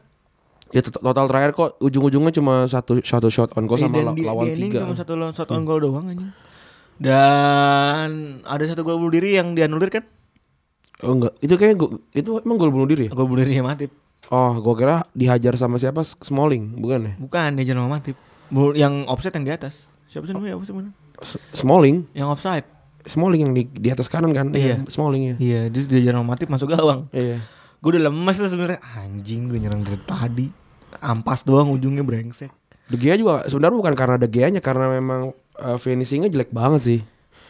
Speaker 2: Ya tot- total terakhir kok ujung-ujungnya cuma satu satu shot on goal
Speaker 3: Eh,
Speaker 2: sama
Speaker 3: dan
Speaker 2: la-
Speaker 3: di-
Speaker 2: lawan
Speaker 3: di ending
Speaker 2: tiga. Hmm.
Speaker 3: Cuma satu lawan satu on goal doang anjing. Dan ada satu gol bunuh diri yang dianulir kan?
Speaker 2: Oh enggak, itu kayak itu emang gol bunuh diri ya?
Speaker 3: Gol bunuh dirinya Matip.
Speaker 2: Oh, gue kira dihajar sama siapa? Smalling, bukan ya?
Speaker 3: Bukan, dia jangan sama Matip. Bu- Yang offset yang di atas. Siapa sih namanya? Apa sih namanya?
Speaker 2: S- Smalling,
Speaker 3: Yang offside.
Speaker 2: Smalling yang di, di atas kanan kan?
Speaker 3: Iya.
Speaker 2: Smalling ya.
Speaker 3: Iya, dia dia jangan sama Matip masuk gawang.
Speaker 2: Iya.
Speaker 3: Gue udah lemes tuh sebenarnya. Anjing udah nyerang dari tadi. Ampas doang ujungnya brengsek.
Speaker 2: De Gea juga sebenarnya bukan karena De Gea-nya karena memang eh, finishingnya jelek banget sih.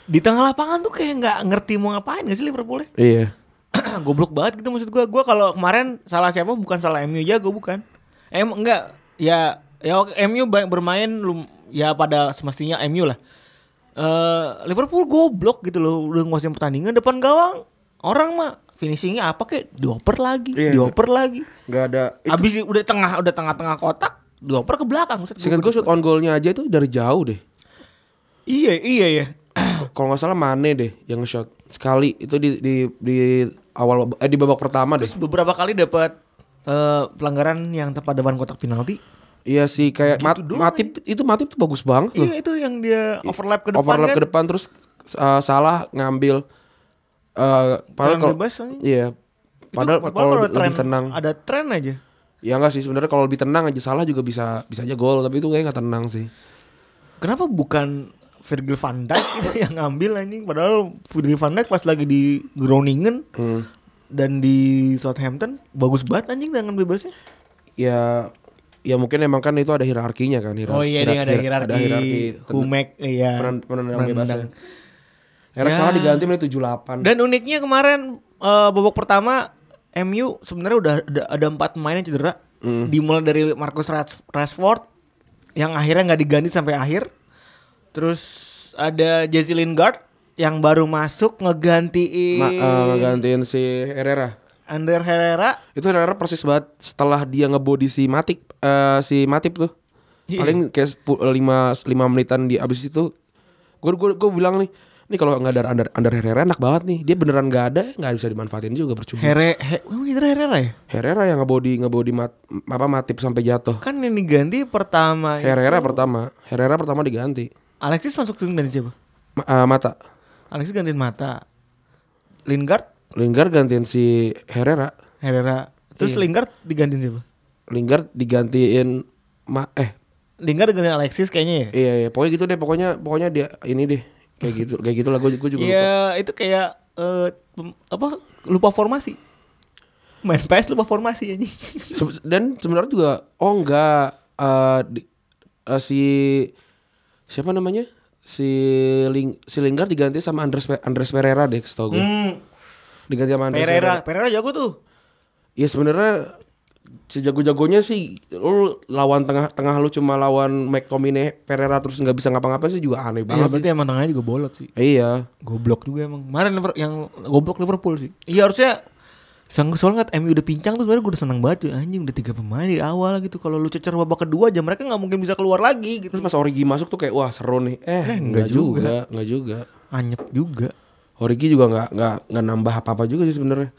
Speaker 3: Di tengah lapangan tuh kayak nggak ngerti mau ngapain gak sih Liverpoolnya?
Speaker 2: Iya.
Speaker 3: goblok banget gitu maksud gua Gua kalau kemarin salah siapa bukan salah MU aja gue bukan. Em enggak ya ya oke, MU ba- bermain lum- ya pada semestinya MU lah. Eh Liverpool goblok gitu loh udah nguasain pertandingan depan gawang orang mah finishingnya apa kayak dioper lagi,
Speaker 2: Iya.
Speaker 3: dioper lagi.
Speaker 2: Gak ada.
Speaker 3: Abis udah tengah udah tengah-tengah kotak dioper ke belakang. Set.
Speaker 2: Singkat gue shoot on goalnya aja itu dari jauh deh.
Speaker 3: Iya iya ya.
Speaker 2: Kalau nggak salah Mane deh yang shot sekali itu di di di awal eh, di babak pertama deh.
Speaker 3: Terus beberapa kali dapat eh, pelanggaran yang tepat depan kotak penalti.
Speaker 2: Iya sih kayak Mat-
Speaker 3: doang ya?
Speaker 2: Matip itu Matip tuh bagus banget loh.
Speaker 3: Iya itu yang dia overlap ke depan
Speaker 2: overlap
Speaker 3: kan?
Speaker 2: ke depan terus uh, salah ngambil eh padahal
Speaker 3: Tenang
Speaker 2: kalau
Speaker 3: bebas soalnya.
Speaker 2: iya
Speaker 3: Itu
Speaker 2: padahal kalau lebih, lebih
Speaker 3: tren-
Speaker 2: tenang
Speaker 3: ada tren aja
Speaker 2: ya enggak sih sebenarnya kalau lebih tenang aja salah juga bisa bisa aja gol tapi itu kayak nggak tenang sih
Speaker 3: kenapa bukan Virgil van Dijk gitu yang ngambil anjing padahal Virgil van Dijk pas lagi di Groningen
Speaker 2: Hmm.
Speaker 3: dan di Southampton bagus banget anjing dengan bebasnya
Speaker 2: ya ya mungkin emang kan itu ada hierarkinya kan
Speaker 3: Oh
Speaker 2: hierar-
Speaker 3: iya,
Speaker 2: hierar- hier- ada hierarki
Speaker 3: Humek iya
Speaker 2: Penend- penendang
Speaker 3: penendang.
Speaker 2: bebasnya. Era
Speaker 3: Ya.
Speaker 2: salah diganti menit 78
Speaker 3: dan uniknya kemarin eh, babak pertama MU sebenarnya udah ada, ada empat pemain yang cedera
Speaker 2: Hmm.
Speaker 3: dimulai dari Marcus Rash- Rashford yang akhirnya nggak diganti sampai akhir terus ada Jesse Lingard yang baru masuk ngegantiin
Speaker 2: Ma- eh, ngegantiin si Herrera
Speaker 3: Ander Herrera
Speaker 2: itu Herrera persis banget setelah dia ngebody si Matip eh, si Matip tuh eh, paling kayak 10 lima lima menitan di abis itu gue gue gue bilang nih Ini kalau nggak ada under under Herrera enak banget nih. Dia beneran nggak ada, nggak bisa dimanfaatin juga percuma.
Speaker 3: Here, he, emang Indra Herrera ya?
Speaker 2: Herrera yang ngebody ngebody mat, apa matip sampai jatuh.
Speaker 3: Kan yang diganti pertama itu-
Speaker 2: Herrera pertama, Herrera pertama diganti.
Speaker 3: Alexis masuk tim ganti siapa?
Speaker 2: Ma- eh, mata.
Speaker 3: Alexis gantiin Mata. Lingard,
Speaker 2: Lingard gantiin si Herrera.
Speaker 3: Herrera. Terus
Speaker 2: Iya.
Speaker 3: Lingard digantiin siapa?
Speaker 2: Lingard digantiin ma eh
Speaker 3: Lingard gantiin Alexis kayaknya ya?
Speaker 2: iya iya pokoknya gitu deh pokoknya pokoknya dia ini deh kayak gitu kayak gitulah gue juga lupa.
Speaker 3: Iya, itu kayak eh, pem- apa? Lupa formasi. Main PS lupa formasi anjing.
Speaker 2: Se- dan sebenarnya juga oh enggak eh, di- eh, si siapa namanya si Ling si Lingard diganti sama Andres Pe- Andres Pereira deh setahu gue
Speaker 3: Hmm,
Speaker 2: diganti sama Andres
Speaker 3: Pereira, Pereira jago tuh.
Speaker 2: ya sebenarnya sejago-jagonya sih lu lawan tengah-tengah lu cuma lawan McTominay Pereira terus nggak bisa ngapa-ngapain sih juga aneh
Speaker 3: Iya,
Speaker 2: banget
Speaker 3: berarti emang tengahnya juga bolot sih.
Speaker 2: sih. iya
Speaker 3: Goblok juga emang. Kemarin Liver- yang goblok Liverpool sih. Iya harusnya Sang soalnya kan MU udah pincang tuh sebenarnya gue udah seneng banget tuh anjing udah tiga pemain di awal gitu kalau lu cecer babak kedua aja mereka nggak mungkin bisa keluar lagi gitu
Speaker 2: Terus pas Origi masuk tuh kayak wah seru nih. Eh, enggak, juga, enggak juga.
Speaker 3: anyep juga
Speaker 2: Origi juga enggak enggak enggak nambah apa-apa juga sih sebenarnya.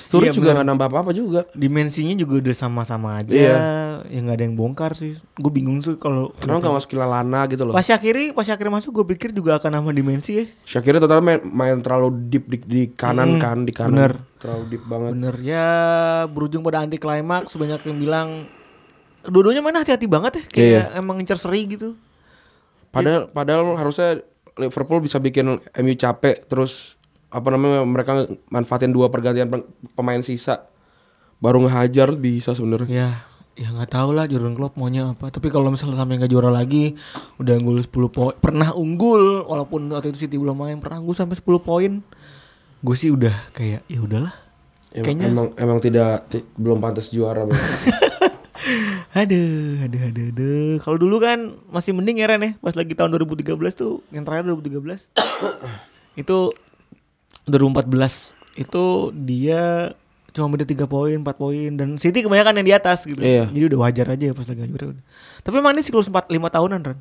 Speaker 2: Sturridge
Speaker 3: Iya,
Speaker 2: juga enggak nambah apa-apa juga.
Speaker 3: dimensinya juga udah sama-sama aja
Speaker 2: Iya.
Speaker 3: ya nggak ada yang bongkar sih gue bingung sih kalau
Speaker 2: Kenapa enggak masukin Lallana gitu loh?
Speaker 3: pas akhiri pas akhir masuk gue pikir juga akan nama dimensi ya
Speaker 2: Syakirnya total main, main terlalu deep di, di kanan kan, di kanan.
Speaker 3: Hmm, bener.
Speaker 2: Terlalu deep banget.
Speaker 3: bener ya berujung pada anti klimaks banyak yang bilang dua-duanya mana hati-hati banget ya kayak emang ngincer seri gitu
Speaker 2: Padahal padahal harusnya Liverpool bisa bikin MU capek terus apa namanya mereka manfaatin dua pergantian pem- pemain sisa baru ngehajar bisa sebenarnya.
Speaker 3: ya ya nggak tahu lah Jurgen Klopp maunya apa tapi kalau misalnya sampai nggak juara lagi udah unggul 10 poin pernah unggul walaupun waktu itu City belum main pernah unggul sampai 10 poin gue sih udah kayak ya udahlah
Speaker 2: Em-
Speaker 3: Kayaknya-
Speaker 2: emang emang tidak ti- belum pantas juara. Bang.
Speaker 3: Aduh, aduh, aduh, aduh. Kalau dulu kan masih mending ya Ren ya, pas lagi tahun 2013 tuh, yang terakhir 2013. itu 2014 itu dia cuma beda 3 poin, 4 poin dan City kebanyakan yang di atas gitu.
Speaker 2: Iya.
Speaker 3: Jadi udah wajar aja ya pas lagi juara. Tapi emang ini siklus 4 5 tahunan Ren.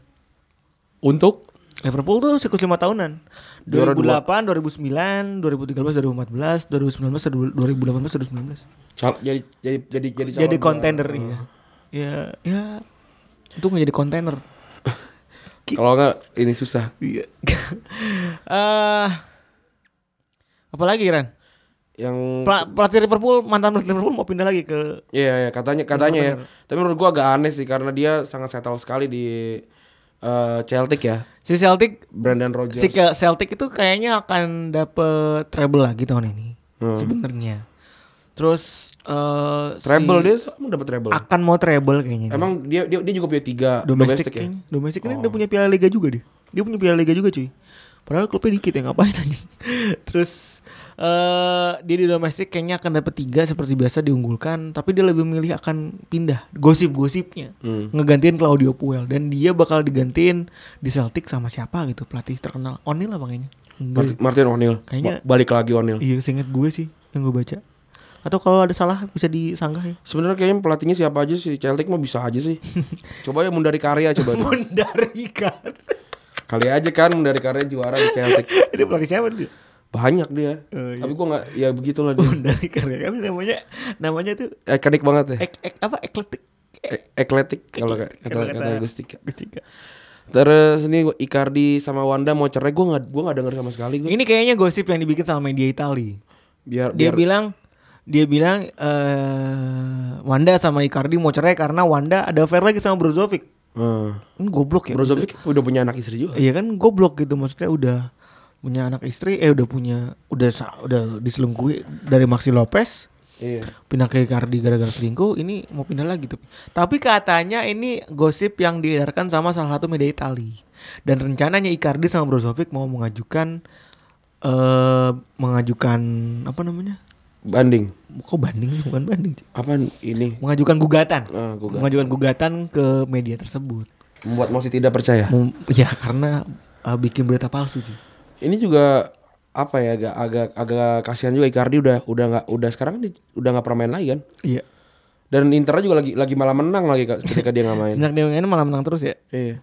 Speaker 2: Untuk
Speaker 3: Liverpool tuh siklus 5 tahunan.
Speaker 2: Juara dua.
Speaker 3: 2008, 2009, 2013, 2014, 2019, 2018, 2019
Speaker 2: Cal- jadi jadi jadi jadi calon Hmm.
Speaker 3: jadi
Speaker 2: juara.
Speaker 3: kontainer iya. Ya, ya itu menjadi kontainer.
Speaker 2: Kalau enggak ini susah.
Speaker 3: Iya. Eh apalagi Ren?
Speaker 2: Yang
Speaker 3: Pla- pelatih Liverpool, mantan pelatih Liverpool mau pindah lagi ke
Speaker 2: Iya, iya, katanya katanya ya. Tapi menurut gua agak aneh sih karena dia sangat settle sekali di eh, Celtic ya.
Speaker 3: si Celtic.
Speaker 2: Brandon Rodgers.
Speaker 3: Si Ke- Celtic itu kayaknya akan dapet treble lagi tahun ini.
Speaker 2: Hmm.
Speaker 3: Sebenarnya. Terus eh si-
Speaker 2: treble dia emang dapat treble.
Speaker 3: akan mau treble kayaknya.
Speaker 2: Emang dia dia dia juga punya tiga
Speaker 3: domestik
Speaker 2: ya.
Speaker 3: kayaknya. Domestik ini dia punya Piala Liga juga deh. Dia punya Piala Liga juga cuy. Padahal klubnya dikit ya ngapain anjing. Terus eh dia di domestik kayaknya akan dapat tiga seperti biasa diunggulkan, tapi dia lebih milih akan pindah. Gosip-gosipnya ngegantiin Claudio Puel dan dia bakal digantiin di Celtic sama siapa gitu pelatih terkenal. O'Neill apa kayaknya? Enggak.
Speaker 2: Martin, Martin O'Neill.
Speaker 3: Iya. Kayaknya-
Speaker 2: Ba- balik lagi O'Neill.
Speaker 3: Iya, seingat gue sih yang gue baca. Atau kalau ada salah bisa disanggah ya.
Speaker 2: Sebenarnya kayaknya pelatihnya siapa aja sih Celtic mah bisa aja sih. coba ya Mundari Karya coba. deh.
Speaker 3: Mundarikan.
Speaker 2: Kali aja kan Mundari Karya juara di Celtic.
Speaker 3: Ini pelatih siapa dia?
Speaker 2: Banyak dia.
Speaker 3: Oh, iya.
Speaker 2: Tapi gua nggak ya begitulah dia.
Speaker 3: Mundari karya kan namanya namanya tuh
Speaker 2: Ikonik banget ya.
Speaker 3: ek, ek apa eklektik
Speaker 2: E- ekletik kalau kata
Speaker 3: kalau kata-
Speaker 2: kata Agustika.
Speaker 3: Gustika.
Speaker 2: Terus ini gua- Icardi sama Wanda mau cerai gue nggak gue nggak denger sama sekali gue.
Speaker 3: Ini kayaknya gosip yang dibikin sama media Itali.
Speaker 2: Biar biar
Speaker 3: Dia bilang dia bilang eh Wanda sama Icardi mau cerai karena Wanda ada affair lagi sama Brozovic.
Speaker 2: Hmm.
Speaker 3: Ini goblok ya.
Speaker 2: Brozovic udah punya anak istri juga.
Speaker 3: Iya kan goblok gitu maksudnya udah punya anak istri eh udah punya udah sa- udah diselingkuhi dari Maxi Lopez
Speaker 2: Iya.
Speaker 3: pindah ke Icardi gara-gara selingkuh ini mau pindah lagi tapi tapi katanya ini gosip yang diedarkan sama salah satu media Itali dan rencananya Icardi sama Brozovic mau mengajukan eh mengajukan apa namanya
Speaker 2: Banding.
Speaker 3: kok banding sih? bukan banding sih.
Speaker 2: Apaan ini?
Speaker 3: mengajukan Eh, gugatan
Speaker 2: Ah, gugatan.
Speaker 3: mengajukan gugatan ke media tersebut
Speaker 2: Membuat masih tidak percaya.
Speaker 3: Mem- ya karena eh, bikin berita palsu sih
Speaker 2: Ini juga apa ya agak agak agak kasihan juga Icardi udah udah nggak udah sekarang kan di- udah nggak pernah main lagi kan.
Speaker 3: iya
Speaker 2: Dan Inter juga lagi lagi malah menang lagi ketika dia nggak main.
Speaker 3: Iya. sebenarnya dia main malah menang terus ya
Speaker 2: Iya.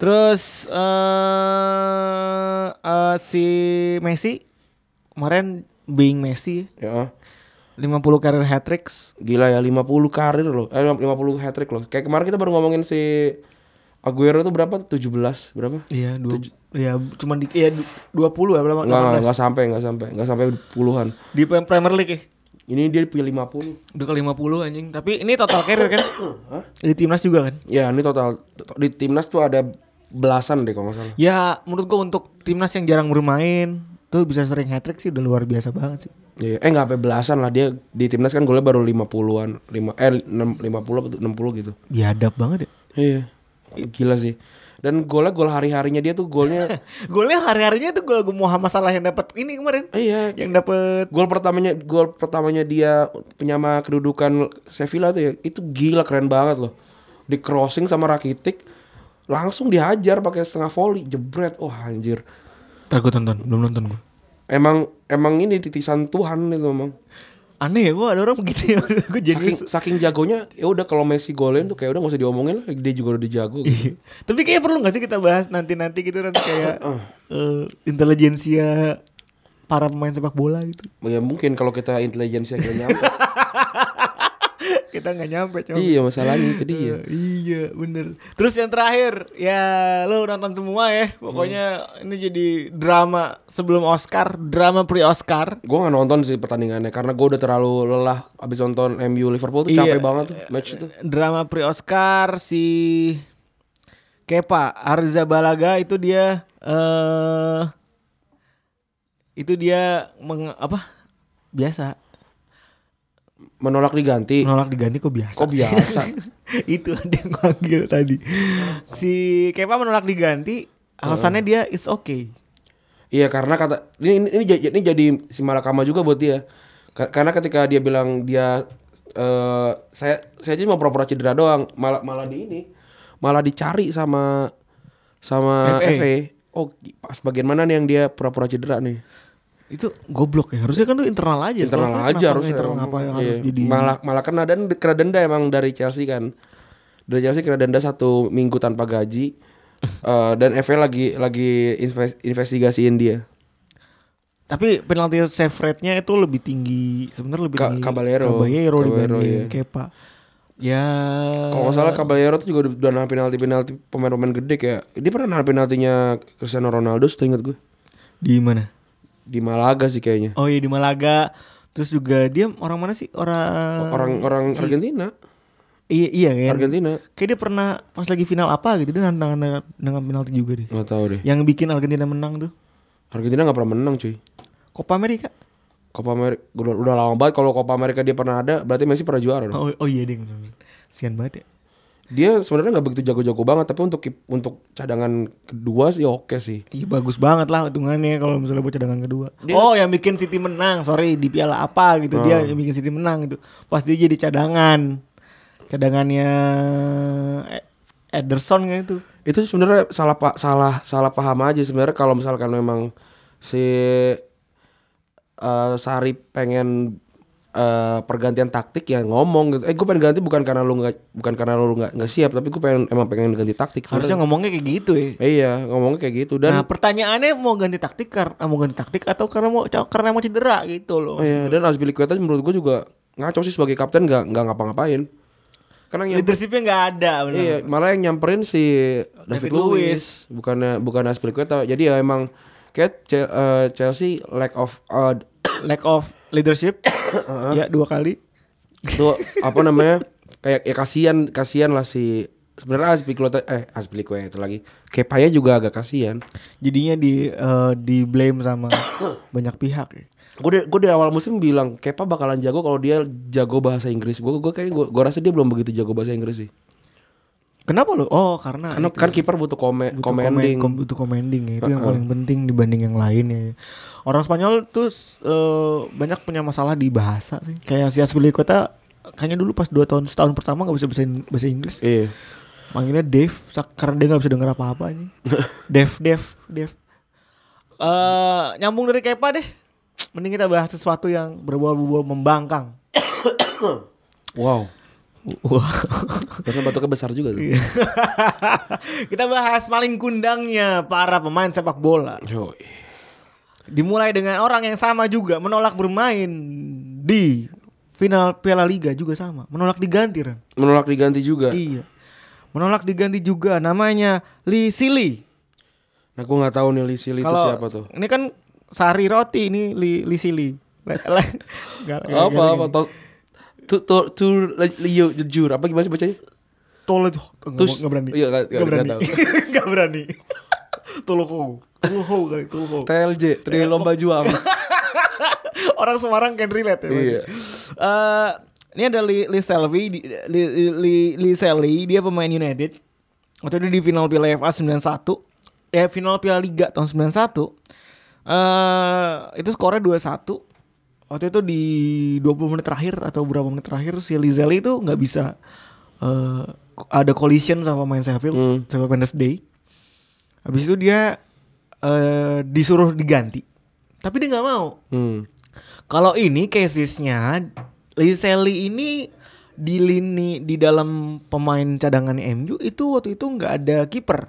Speaker 3: Terus eh eh, si Messi kemarin being Messi
Speaker 2: Ya.
Speaker 3: 50 karir hat tricks.
Speaker 2: Gila ya 50 karir loh. Eh 50 hat trick loh. Kayak kemarin kita baru ngomongin si Aguero tuh berapa? 17 berapa?
Speaker 3: Iya, dua, ya cuman di ya du- 20 ya berapa?
Speaker 2: Enggak, enggak, enggak sampai, enggak sampai, enggak sampai puluhan.
Speaker 3: 18. Di Pre- Premier League ya.
Speaker 2: Ini dia pilih 50.
Speaker 3: Udah ke 50 anjing, tapi ini total karir kan? Di timnas juga kan?
Speaker 2: Ya, ini total di timnas tuh ada belasan deh kalau nggak salah.
Speaker 3: Ya, menurut gua untuk timnas yang jarang bermain tuh bisa sering hat trick sih udah luar biasa banget sih.
Speaker 2: Iya, iya. eh nggak sampai belasan lah dia di timnas kan golnya baru 50-an, 5 eh 6, 50 atau 60 gitu.
Speaker 3: Biadab banget ya.
Speaker 2: Iya. Gila sih. Dan golnya gol hari-harinya dia tuh golnya
Speaker 3: Golnya hari-harinya tuh gol Muhammad Salah yang dapat ini kemarin.
Speaker 2: iya,
Speaker 3: Yang dapat
Speaker 2: gol pertamanya gol pertamanya dia penyama kedudukan Sevilla tuh ya itu gila keren banget loh di crossing sama Rakitic langsung dihajar pakai setengah volley jebret wah anjir
Speaker 3: Ntar gue tonton, belum nonton gue
Speaker 2: emang emang ini titisan Tuhan itu emang
Speaker 3: Aneh ya gue ada orang begitu ya Gue jadi
Speaker 2: saking, saking jagonya ya udah kalau Messi golin tuh kayak udah gak usah diomongin lah dia juga udah jago gitu.
Speaker 3: Iya. Tapi kayaknya perlu gak sih kita bahas nanti-nanti gitu kan Kayak eh, intelijensia para pemain sepak bola gitu
Speaker 2: ya mungkin kalau kita intelijensi kita nyampe
Speaker 3: Kita gak nyampe coba
Speaker 2: iya masalahnya itu dia
Speaker 3: Eh, iya bener Terus yang terakhir Ya lo nonton semua ya Pokoknya ini jadi drama sebelum Oscar Drama pre-Oscar
Speaker 2: gue gak nonton sih pertandingannya karena gue udah terlalu lelah abis nonton MU Liverpool tuh capek
Speaker 3: Iya.
Speaker 2: banget tuh match itu
Speaker 3: drama pre-Oscar si Kepa Arza Balaga itu dia eh itu dia meng, apa biasa
Speaker 2: menolak diganti
Speaker 3: menolak diganti kok biasa
Speaker 2: Kok
Speaker 3: sih?
Speaker 2: biasa?
Speaker 3: itu ada yang manggil tadi si Kepa menolak diganti alasannya dia it's okay
Speaker 2: Iya karena kata ini ini, ini, jadi- ini jadi si Malakama juga buat dia. Ka- karena ketika dia bilang dia eh saya saya cuma pura-pura cedera doang, malah malah di ini malah dicari sama sama
Speaker 3: FA.
Speaker 2: FA. Oh, gi- pas bagian mana nih yang dia pura-pura cedera nih?
Speaker 3: itu goblok ya harusnya kan tuh internal aja
Speaker 2: internal
Speaker 3: Soalnya
Speaker 2: aja
Speaker 3: kenapa
Speaker 2: harusnya.
Speaker 3: internal apa yang harus
Speaker 2: Iya.
Speaker 3: jadi
Speaker 2: Malah malah kena dan kena denda emang dari Chelsea kan. Dari Chelsea kena denda satu minggu tanpa gaji. Eh, dan FA lagi lagi inves- investigasiin dia.
Speaker 3: Tapi penalti save rate-nya itu lebih tinggi sebenarnya lebih
Speaker 2: Ka-
Speaker 3: tinggi
Speaker 2: Caballero.
Speaker 3: Caballero
Speaker 2: Caballero,
Speaker 3: dibanding
Speaker 2: iya.
Speaker 3: Kepa. Ya.
Speaker 2: Kalau nggak salah Caballero tuh juga udah- udah nahan penalti penalti pemain-pemain gede kayak dia pernah nahan penaltinya Cristiano Ronaldo, seingat gue
Speaker 3: di mana?
Speaker 2: di Malaga sih kayaknya.
Speaker 3: Oh iya di Malaga. Terus juga dia orang mana sih?
Speaker 2: Oh,
Speaker 3: Orang
Speaker 2: Orang-orang Argentina,
Speaker 3: iya iya kan.
Speaker 2: Argentina
Speaker 3: Kayak dia pernah pas lagi final apa gitu dia nantang dengan, dengan penalti juga deh.
Speaker 2: nggak tahu deh.
Speaker 3: Yang bikin Argentina menang tuh.
Speaker 2: Argentina nggak pernah menang cuy.
Speaker 3: Copa America.
Speaker 2: Copa America udah, udah lama banget kalau Copa America dia pernah ada, berarti Messi pernah juara dong.
Speaker 3: Oh, oh iya deh. Sian banget ya.
Speaker 2: Dia sebenarnya nggak begitu jago-jago banget, tapi untuk kip- untuk cadangan kedua sih oke sih.
Speaker 3: Iya bagus banget lah hitungannya kalau misalnya buat cadangan kedua. oh yang bikin City menang, sorry di Piala apa gitu dia yang bikin City menang gitu. Pas dia jadi cadangan, cadangannya E- Ederson kayak gitu. itu.
Speaker 2: itu sebenarnya salah pak salah salah paham aja sebenarnya kalau misalkan memang si eh, Sari pengen eh, pergantian taktik ya ngomong gitu eh gue pengen ganti bukan karena lu nggak bukan karena lu nggak nggak siap tapi gue pengen emang pengen ganti taktik sebenarnya.
Speaker 3: Harusnya ngomongnya kayak gitu ya.
Speaker 2: Eh, iya ngomongnya kayak gitu
Speaker 3: Nah
Speaker 2: dan
Speaker 3: pertanyaannya mau ganti taktik karena mau ganti taktik atau karena mau karena mau cedera gitu loh.
Speaker 2: iya, dan Azpilicueta menurut gue juga ngaco sih sebagai kapten nggak nggak ngapa-ngapain karena yang
Speaker 3: Leadershipnya nggak ada benar.
Speaker 2: Iya, malah yang nyamperin si David,
Speaker 3: Nah, gitu. David
Speaker 2: Luiz, bukannya bukan Aspilicueta. Jadi ya emang kayak Ce- eh, Chelsea lack of eh,
Speaker 3: Lack of leadership. ya dua kali.
Speaker 2: itu apa namanya? Kayak ya kasihan kasihan lah si sebenarnya Aspilicueta eh Aspilicueta lagi. Kepanya juga agak kasihan.
Speaker 3: Jadinya di eh, di blame sama banyak pihak. ya.
Speaker 2: Gue dari, gue dari awal musim bilang Kepa bakalan jago kalau dia jago bahasa Inggris. Gue gue kayak gue rasa dia belum begitu jago bahasa Inggris sih.
Speaker 3: Kenapa lo? Oh karena
Speaker 2: Karena kan kiper butuh komen
Speaker 3: butuh
Speaker 2: commanding.
Speaker 3: komen- kom- butuh commanding ya itu yang paling penting dibanding yang lainnya ya. orang Spanyol tuh eh, banyak punya masalah di bahasa sih kayak si Aspilicueta kayaknya dulu pas 2 tahun setahun pertama nggak bisa bahasa, In- bahasa Inggris
Speaker 2: Iya.
Speaker 3: manggilnya Dave sak- karena dia nggak bisa denger apa-apa ini Dave Dave Dave Eh, nyambung dari Kepa deh mending kita bahas sesuatu yang berbau-bau membangkang
Speaker 2: Wow.
Speaker 3: Wah.
Speaker 2: Bahkan batuknya besar juga tuh.
Speaker 3: Kita bahas maling kundangnya para pemain sepak bola.
Speaker 2: Yoi.
Speaker 3: Dimulai dengan orang yang sama juga menolak bermain di final Piala Liga juga sama, menolak diganti Ran.
Speaker 2: Menolak diganti juga.
Speaker 3: Iya. Menolak diganti juga namanya Lee Sili.
Speaker 2: Nah, gue nggak tahu nih Lisil itu
Speaker 3: Kalau-
Speaker 2: siapa tuh.
Speaker 3: Ini kan sari roti ini Li, Li Sili. Le- le- Nggak- nggak-
Speaker 2: Apa
Speaker 3: nggak-
Speaker 2: apa
Speaker 3: nggak-
Speaker 2: tos tu tu tu Leo jujur apa gimana sih bacanya?
Speaker 3: Tolo nggak
Speaker 2: Tus-
Speaker 3: nggak berani.
Speaker 2: iya, nggak-
Speaker 3: Nggak
Speaker 2: nggak-
Speaker 3: berani.
Speaker 2: nggak
Speaker 3: Nggak berani. Toloho. Toloho kali Toloho.
Speaker 2: TLJ, Tri Lomba Juang.
Speaker 3: Orang Semarang can relate ya. berarti.
Speaker 2: Iya.
Speaker 3: Eh, ini ada Lee, Lee Selvi, di- Lee, Lee, Lee Selly, dia pemain United. Waktu itu di final Piala FA 91. Ya final Piala Liga tahun 91. Eh itu skornya 2-1. Waktu itu di 20 menit terakhir atau berapa menit terakhir si Lizeli itu nggak bisa eh, ada collision sama pemain Sheffield,
Speaker 2: Hmm.
Speaker 3: Sheffield Wednesday. Habis itu dia eh, disuruh diganti. Tapi dia nggak mau.
Speaker 2: Hmm.
Speaker 3: Kalau ini casesnya Liseli ini di lini di dalam pemain cadangan MU itu waktu itu nggak ada kiper.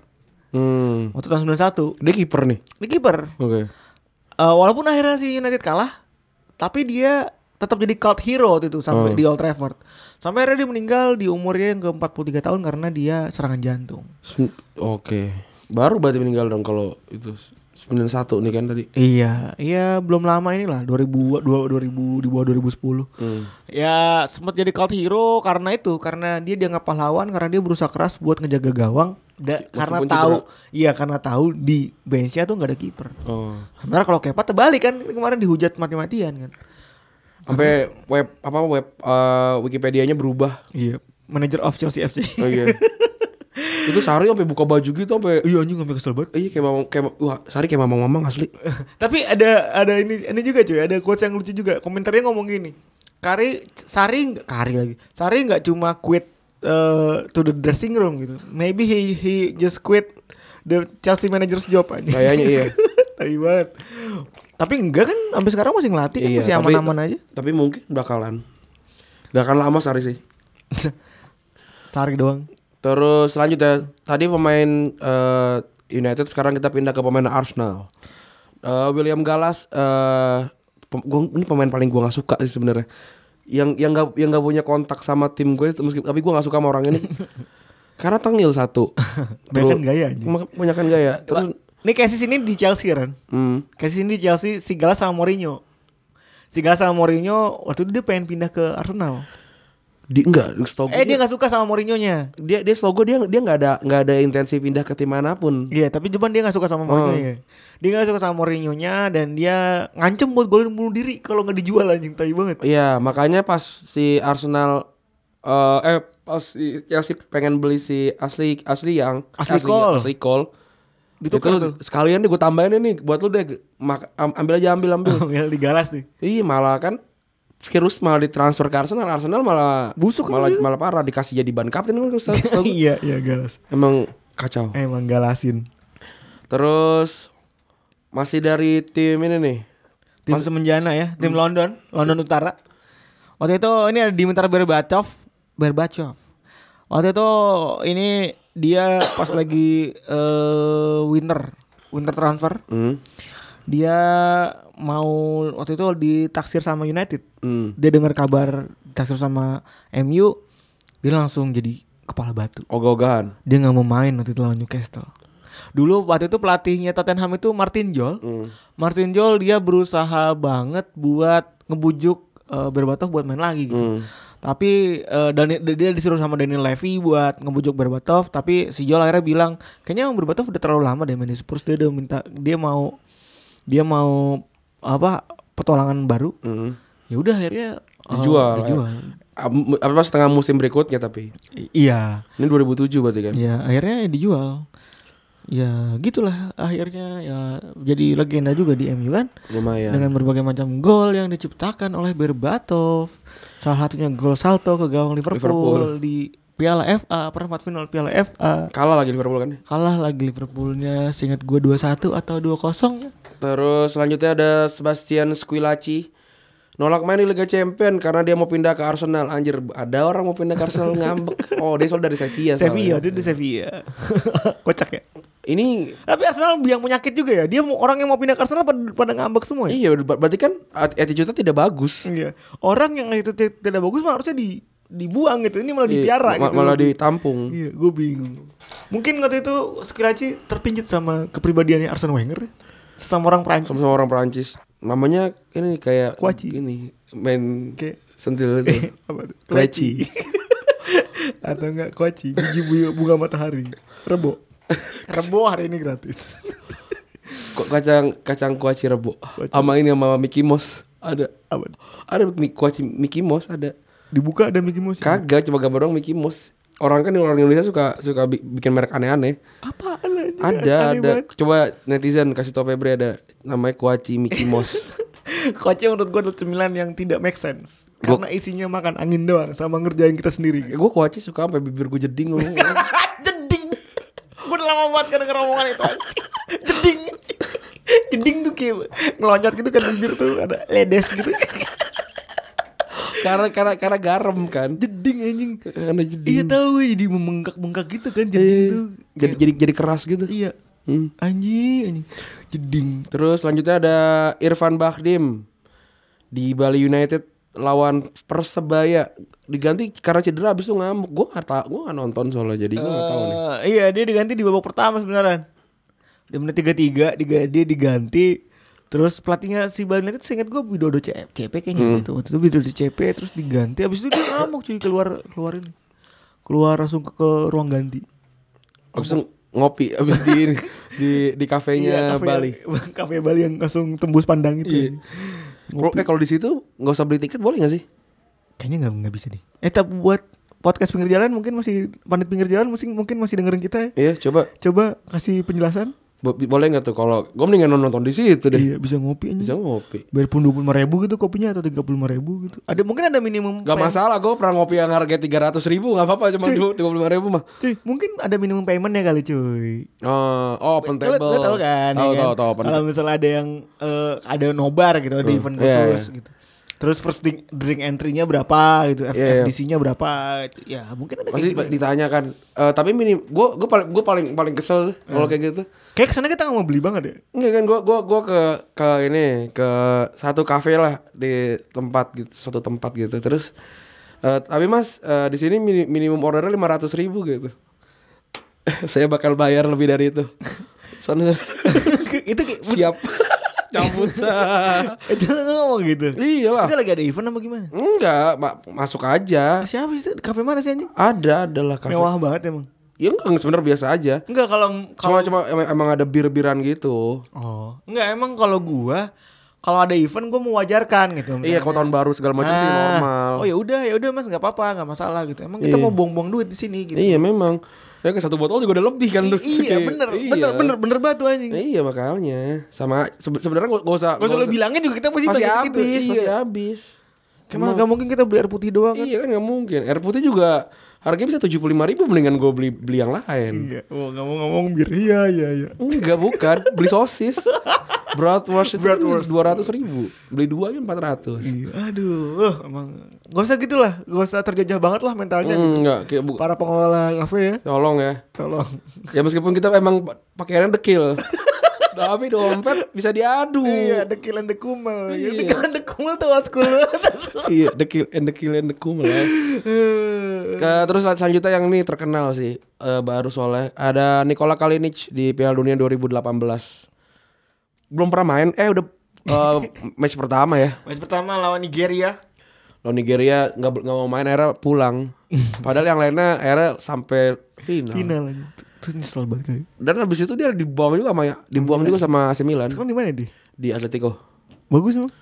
Speaker 2: Hmm.
Speaker 3: Waktu tahun 91
Speaker 2: Dia kiper nih.
Speaker 3: ini kiper.
Speaker 2: Oke.
Speaker 3: Eh, walaupun akhirnya si United kalah, tapi dia tetap jadi cult hero waktu itu sampai
Speaker 2: Oh.
Speaker 3: di Old Trafford. Sampai akhirnya dia meninggal di umurnya yang ke-43 tahun karena dia serangan jantung.
Speaker 2: Sem- Oke. Baru berarti meninggal dong kalau itu 91 nih kan tadi.
Speaker 3: Iya, iya belum lama inilah 2000 dua- 2000 di bawah 2010.
Speaker 2: Hmm.
Speaker 3: Ya sempat jadi cult hero karena itu, karena dia dianggap pahlawan karena dia berusaha keras buat ngejaga gawang da-
Speaker 2: Meskipun
Speaker 3: karena
Speaker 2: cedera.
Speaker 3: tahu iya karena tahu di benchnya tuh nggak ada kiper.
Speaker 2: Oh.
Speaker 3: Sementara kalau Kepa terbalik kan ini kemarin dihujat mati-matian kan.
Speaker 2: Sampai web apa web eh, Wikipedia-nya berubah.
Speaker 3: Iya, manager of Chelsea FC.
Speaker 2: Oh iya. itu Sari sampai buka baju gitu sampai
Speaker 3: Iya anjing sampai kesel banget.
Speaker 2: Iya kayak mamang kayak wah Sari kayak mamang-mamang asli.
Speaker 3: Tapi ada ada ini ini juga cuy, ada quotes yang lucu juga. Komentarnya ngomong gini. Kari Sari nggak- Kari lagi. Sari nggak cuma quit eh, to the dressing room gitu. Maybe he he just quit the Chelsea manager's job aja.
Speaker 2: Kayaknya iya.
Speaker 3: Tai banget. Tapi enggak kan sampai sekarang masih ngelatih kan masih
Speaker 2: Iya, tapi-
Speaker 3: aman-aman aja.
Speaker 2: Tapi mungkin bakalan. Gak akan lama Sari sih.
Speaker 3: Sari doang.
Speaker 2: Terus selanjutnya tadi pemain eh, United sekarang kita pindah ke pemain Arsenal. Eh, William Gallas eh, pem- gua- ini pemain paling gua nggak suka sih sebenarnya. Yang yang nggak yang nggak punya kontak sama tim gue meskipun tapi gua nggak suka sama orang ini. Karena tengil satu.
Speaker 3: Banyakan gaya aja.
Speaker 2: Banyakan gaya. Terus
Speaker 3: Ini Casey ini di Chelsea kan.
Speaker 2: hmm,
Speaker 3: Casey ini di Chelsea Sigala sama Mourinho. Sigala sama Mourinho waktu itu dia pengen pindah ke Arsenal.
Speaker 2: di enggak setahu gue
Speaker 3: Eh dia nggak suka sama Mourinho-nya.
Speaker 2: dia dia setahu gue dia dia nggak ada nggak ada intensi pindah ke tim manapun.
Speaker 3: Iya, tapi cuman dia nggak suka sama Mourinho ya. Dia nggak suka sama Mourinho-nya dan dia ngancem buat golin bunuh diri kalau nggak dijual anjing tai banget.
Speaker 2: Iya, makanya pas si Arsenal eh, eh pas si Chelsea pengen beli si asli asli yang
Speaker 3: Ashley Cole.
Speaker 2: asli Cole. Itu,
Speaker 3: Ditukar tuh.
Speaker 2: sekalian deh gue tambahin ini buat lu deh Mak- am- ambil aja ambil ambil.
Speaker 3: Ambil digalas nih.
Speaker 2: Ih malah kan virus malah ditransfer ke Arsenal, Arsenal malah
Speaker 3: Busuk kan
Speaker 2: malah
Speaker 3: dia.
Speaker 2: malah parah dikasih jadi ban kapten kan setahu- setahu gue.
Speaker 3: iya, iya galas.
Speaker 2: Emang kacau.
Speaker 3: Emang galasin.
Speaker 2: Terus masih dari tim ini nih.
Speaker 3: Tim semenjana ya, tim London, London Utara. Waktu itu ini ada Dimitar Berbatov, Berbatov. Waktu itu ini dia pas lagi eh, winter, winter transfer.
Speaker 2: Hmm.
Speaker 3: Dia mau waktu itu ditaksir sama United.
Speaker 2: Hmm.
Speaker 3: dia dengar kabar Tasir sama MU dia langsung jadi kepala batu
Speaker 2: Ogah-ogahan.
Speaker 3: dia nggak mau main waktu itu lawan Newcastle dulu waktu itu pelatihnya Tottenham itu Martin Jol
Speaker 2: Hmm.
Speaker 3: Martin Jol dia berusaha banget buat ngebujuk eh, Berbatov buat main lagi gitu
Speaker 2: Hmm.
Speaker 3: tapi eh, Dani- dia disuruh sama Daniel Levy buat ngebujuk Berbatov tapi si Jol akhirnya bilang kayaknya Berbatov udah terlalu lama deh main di Spurs dia udah minta dia mau dia mau apa petualangan baru
Speaker 2: Hmm.
Speaker 3: ya udah akhirnya eh,
Speaker 2: Oh, dijual.
Speaker 3: dijual.
Speaker 2: Ah, mu- Apa setengah musim berikutnya tapi
Speaker 3: I- iya
Speaker 2: ini 2007 berarti kan?
Speaker 3: ya akhirnya ya dijual ya gitulah akhirnya ya jadi legenda juga di MU kan
Speaker 2: Lumayan.
Speaker 3: dengan berbagai macam gol yang diciptakan oleh Berbatov salah satunya gol salto ke gawang Liverpool,
Speaker 2: Liverpool.
Speaker 3: di Piala FA perempat final Piala FA
Speaker 2: Kalah lagi Liverpool kan?
Speaker 3: kalah lagi Liverpoolnya seingat gua 2-1 atau 2-0 ya
Speaker 2: Terus selanjutnya ada Sebastian Squillaci. Nolak main di Liga Champion karena dia mau pindah ke Arsenal. Anjir, ada orang mau pindah ke Arsenal ngambek. Oh, dia soal dari Sevilla.
Speaker 3: Sevilla,
Speaker 2: soalnya.
Speaker 3: itu di Sevilla. Kocak ya.
Speaker 2: Ini
Speaker 3: Tapi Arsenal yang penyakit juga ya. Dia mau- orang yang mau pindah ke Arsenal pada, pada ngambek semua ya.
Speaker 2: iya ber- berarti kan at- attitude-nya tidak bagus.
Speaker 3: Iya. Orang yang itu ti- tidak bagus mah harusnya di dibuang gitu. Ini malah
Speaker 2: Iya,
Speaker 3: dipiara
Speaker 2: ma-
Speaker 3: gitu.
Speaker 2: Malah ditampung.
Speaker 3: Iya, gue bingung. Mungkin waktu itu Skiraci terpincut sama kepribadiannya Arsene Wenger. Sesama orang
Speaker 2: sama
Speaker 3: Prancis.
Speaker 2: sama orang Perancis namanya ini kayak
Speaker 3: Iya. Kuaci.
Speaker 2: ini main
Speaker 3: Kayak-
Speaker 2: sentil itu
Speaker 3: Apa tuh?
Speaker 2: Kleci.
Speaker 3: Atau enggak koci, biji bu- bunga matahari. Rebo. Rebo hari ini gratis.
Speaker 2: kok kacang kacang kuaci rebo
Speaker 3: Kuaci.
Speaker 2: sama ini sama Mickey Mouse ada
Speaker 3: Apa? tuh?
Speaker 2: ada mi- kuaci Mickey Mouse ada
Speaker 3: Dibuka ada Mickey Mouse.
Speaker 2: kagak cuma gambar doang Mickey Mouse orang kan orang Indonesia suka suka bi- bikin merek aneh-aneh
Speaker 3: Apaan aja?
Speaker 2: ada
Speaker 3: Aneh
Speaker 2: ada
Speaker 3: banget.
Speaker 2: coba netizen kasih tau Febri ada namanya kuaci Mickey Mouse
Speaker 3: Koci menurut gue adalah cemilan yang tidak make sense.
Speaker 2: Gua-
Speaker 3: Karena isinya makan angin doang sama ngerjain kita sendiri.
Speaker 2: gue kuaci suka sampai bibir gue jeding loh
Speaker 3: jeding gue udah lama banget kan denger omongan itu anjing. jeding jeding tuh kayak ngeloncat gitu kan bibir tuh ada ledes gitu
Speaker 2: karena karena karena garam kan
Speaker 3: jeding anjing
Speaker 2: karena jeding
Speaker 3: iya tahu gue jadi membengkak bengkak gitu kan jeding
Speaker 2: Iya,
Speaker 3: tuh
Speaker 2: jadi jadi jadi keras gitu
Speaker 3: iya
Speaker 2: Hmm.
Speaker 3: anjing anjing jeding
Speaker 2: Terus selanjutnya ada Irfan Bahdim di Bali United lawan Persebaya diganti karena cedera abis itu ngamuk. Gue nggak tahu, gue nggak nonton soalnya jadi gue nggak tahu nih.
Speaker 3: Eh, iya dia diganti di babak pertama sebenarnya di menit tiga tiga dia diganti terus pelatihnya si Bali United seingat gue Widodo CP, CP kayaknya gitu waktu itu Widodo CP terus diganti abis itu dia ngamuk cuy keluar keluar ini keluar langsung ke, ke ruang ganti Eh,
Speaker 2: Abis itu ngopi abis di di di kafenya
Speaker 3: kafe-
Speaker 2: Bali.
Speaker 3: kafe Iya, Bali yang langsung tembus pandang gitu.
Speaker 2: Iya.
Speaker 3: itu
Speaker 2: Kalau eh kalau di situ nggak usah beli tiket boleh nggak sih?
Speaker 3: kayaknya nggak nggak bisa deh eh tapi buat podcast pinggir jalan mungkin masih pandit pinggir jalan mungkin mungkin masih dengerin kita ya.
Speaker 2: Iya coba
Speaker 3: coba kasih penjelasan
Speaker 2: bo- boleh nggak tuh kalau gue mendingan nonton di situ deh.
Speaker 3: iya bisa ngopi aja
Speaker 2: Bisa ngopi.
Speaker 3: Biar pun dua ribu gitu kopinya atau tiga puluh ribu gitu. Ada mungkin ada minimum.
Speaker 2: Gak
Speaker 3: payment.
Speaker 2: masalah gue pernah ngopi yang harga tiga ratus ribu nggak apa-apa cuma tiga puluh ribu mah.
Speaker 3: Cuy, mungkin ada minimum payment ya kali cuy.
Speaker 2: Oh, oh, open
Speaker 3: Lo,
Speaker 2: table.
Speaker 3: lo tau kan? ya
Speaker 2: Tahu
Speaker 3: kan?
Speaker 2: tahu tahu open
Speaker 3: Kalau misalnya ada yang eh, ada nobar gitu, ada event
Speaker 2: iya,
Speaker 3: khusus
Speaker 2: iya.
Speaker 3: gitu. Terus first drink, drink entry-nya berapa gitu,
Speaker 2: Iya, iya.
Speaker 3: FDC-nya berapa. gitu. Ya, mungkin ada
Speaker 2: pasti
Speaker 3: kayak gitu.
Speaker 2: ditanya kan Eh tapi minim gue gue paling gue paling paling kesel kalau kayak gitu
Speaker 3: Kayak kesana kita gak mau beli banget ya.
Speaker 2: enggak kan gue gua gua ke ke ini ke satu kafe lah di tempat gitu suatu tempat gitu terus eh tapi mas eh, di sini mini- minimum ordernya lima ratus ribu gitu saya bakal bayar lebih dari itu Soalnya
Speaker 3: itu kayak
Speaker 2: siap cabut
Speaker 3: itu lo ngomong gitu.
Speaker 2: Iyalah.
Speaker 3: Kita lagi ada event apa gimana? Nah,
Speaker 2: enggak ma- masuk aja
Speaker 3: Siapa sih? itu? Kafe mana sih anjing?
Speaker 2: ada adalah kafe
Speaker 3: Mewah banget emang.
Speaker 2: ya enggak sebenarnya biasa aja
Speaker 3: Enggak kalau kalau
Speaker 2: cuma cuma emang, emang ada bir-biran gitu
Speaker 3: Oh, enggak emang kalau gua kalau ada event gua mewajarkan gitu.
Speaker 2: Iya, kalau tahun baru segala macam sih
Speaker 3: Ah,
Speaker 2: normal.
Speaker 3: Oh ya udah, ya udah Mas nggak apa-apa, nggak masalah gitu. Emang kita
Speaker 2: Iya.
Speaker 3: mau buang-buang duit di sini gitu.
Speaker 2: Iya memang. Ya ke satu botol juga udah lebih kan.
Speaker 3: I- iya,
Speaker 2: Kayak-
Speaker 3: bener,
Speaker 2: iya.
Speaker 3: bener, bener, bener banget tuh anjing.
Speaker 2: Nah, iya makanya. Sama sebe- sebenarnya gak, usah.
Speaker 3: Gak usah lo bilangin juga kita pasti
Speaker 2: Masih
Speaker 3: bagi
Speaker 2: habis,
Speaker 3: segitu.
Speaker 2: masih
Speaker 3: Iya.
Speaker 2: habis.
Speaker 3: Emang nggak mungkin kita beli air putih doang kan?
Speaker 2: Iya kan nggak mungkin. Air putih juga harganya bisa tujuh puluh lima ribu mendingan gue beli beli yang lain.
Speaker 3: Iya. Oh, nggak mau ngomong bir. Iya, iya, iya.
Speaker 2: Enggak bukan, beli sosis. Bratwurst itu
Speaker 3: Bratwurst.
Speaker 2: dua ratus ribu, beli dua aja empat ratus.
Speaker 3: Iya, Aduh, eh, emang gak usah gitu lah, gak usah terjajah banget lah mentalnya. gitu.
Speaker 2: Hmm, Enggak, kayak bu-
Speaker 3: Para pengelola kafe ya,
Speaker 2: tolong ya.
Speaker 3: tolong.
Speaker 2: Ya meskipun kita emang pa- pakaiannya dekil, tapi dompet bisa diadu.
Speaker 3: Iya, dekilan dekumel. Iya.
Speaker 2: Iya.
Speaker 3: Dekilan dekumel tuh old school banget.
Speaker 2: iya the kill and the kill and the cool lah. Ke- terus sel- selanjutnya yang ini terkenal sih eh, baru soalnya ada Nikola Kalinic di Piala Dunia 2018 belum pernah main eh udah eh, match pertama ya
Speaker 3: Match pertama lawan Nigeria.
Speaker 2: lawan Nigeria nggak ber- nggak mau main akhirnya pulang padahal yang lainnya akhirnya sampai final.
Speaker 3: Final aja. Terus nyesel banget gitu. kali.
Speaker 2: dan habis itu dia dibuang juga sama ya, dibuang
Speaker 3: Iya.
Speaker 2: juga sama AC Milan
Speaker 3: Sekarang di mana dia?
Speaker 2: di Atletico
Speaker 3: Bagus emang.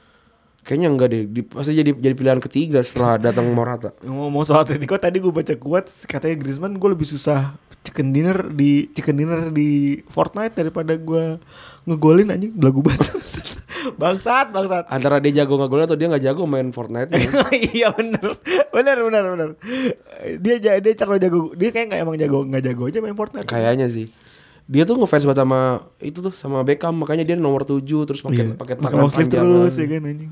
Speaker 2: kayaknya enggak deh di- pasti jadi jadi pilihan ketiga setelah datang Morata
Speaker 3: Ngomong soal Atletico tadi gue baca kuat katanya Griezmann gue lebih susah chicken dinner di chicken dinner di Fortnite daripada gue ngegolin anjing lagu banget. bangsat, bangsat.
Speaker 2: antara dia jago ngegolnya atau dia nggak jago main Fortnite
Speaker 3: iya bener Bener bener bener Dia ja- dia terlalu jago Dia kayak nggak emang jago nggak jago aja main Fortnite
Speaker 2: kayaknya sih dia tuh ngefans banget sama itu tuh sama Beckham makanya dia nomor 7 terus pakai
Speaker 3: Iya.
Speaker 2: pakai
Speaker 3: Pakai iya long sleeve
Speaker 2: panjangan.
Speaker 3: terus ya kan anjing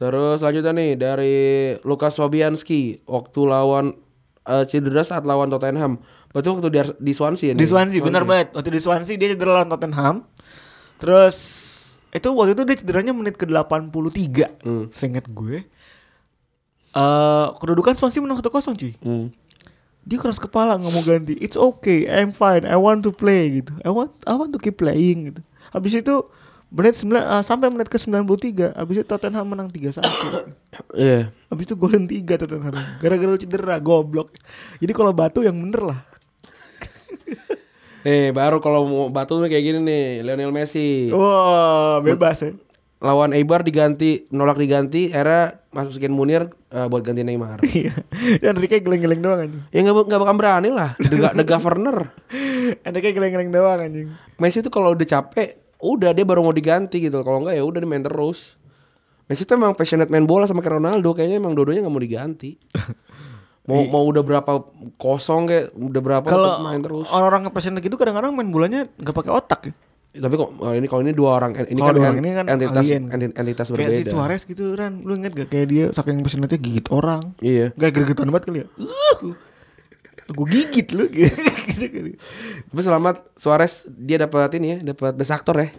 Speaker 2: Terus selanjutnya nih dari Lukas Fabianski waktu lawan eh, cedera saat lawan Tottenham. Berarti waktu di, Ars- di Swansea
Speaker 3: Di Swansea, benar banget. Waktu di Swansea dia cedera lawan Tottenham. Terus itu waktu itu dia cederanya menit ke-83.
Speaker 2: Hmm.
Speaker 3: Seingat gue. Eh, kedudukan Swansea menang 1-0, cuy.
Speaker 2: Hmm.
Speaker 3: Dia keras kepala nggak mau ganti. It's okay, I'm fine. I want to play gitu. I want I want to keep playing gitu. Habis itu menit 9 eh, sampai menit ke-93, habis itu Tottenham menang 3-1.
Speaker 2: Iya.
Speaker 3: Habis itu golin 3 Tottenham. Gara-gara lu cedera, goblok. Jadi kalau batu yang bener lah.
Speaker 2: Nih baru kalau mau batu nih kayak gini nih Lionel
Speaker 3: Oh,
Speaker 2: Messi
Speaker 3: Wah, bebas ya.
Speaker 2: lawan Eibar diganti nolak diganti era masukin Munir eh, buat ganti Neymar.
Speaker 3: Iya. Dan Enrique geleng-geleng doang anjing.
Speaker 2: ya nggak nggak bakal berani lah the, go- the governor.
Speaker 3: Enrique geleng-geleng doang anjing.
Speaker 2: Messi tuh kalau udah capek udah dia baru mau diganti gitu. Kalau nggak ya udah dia main terus. Messi tuh emang passionate main bola sama kayak Ronaldo kayaknya emang dua-duanya nggak mau diganti. mau mau udah berapa kosong kayak udah berapa
Speaker 3: Kalau
Speaker 2: tetap main terus.
Speaker 3: orang-orang passionate gitu kadang-kadang main bolanya nggak pakai otak ya.
Speaker 2: Tapi kok kalau ini kalau ini dua orang ini kan,
Speaker 3: Kalau dua
Speaker 2: en-
Speaker 3: orang ini kan
Speaker 2: entitas
Speaker 3: alien.
Speaker 2: enti- entitas berbeda.
Speaker 3: Kayak si Suarez gitu kan, lu inget gak kayak dia saking passionate gigit orang.
Speaker 2: Iya.
Speaker 3: Gak gregetan banget kali ya. Uh. Gue gigit lu gitu, gitu kali.
Speaker 2: Tapi selamat Suarez dia dapat ini ya, dapat best aktor ya.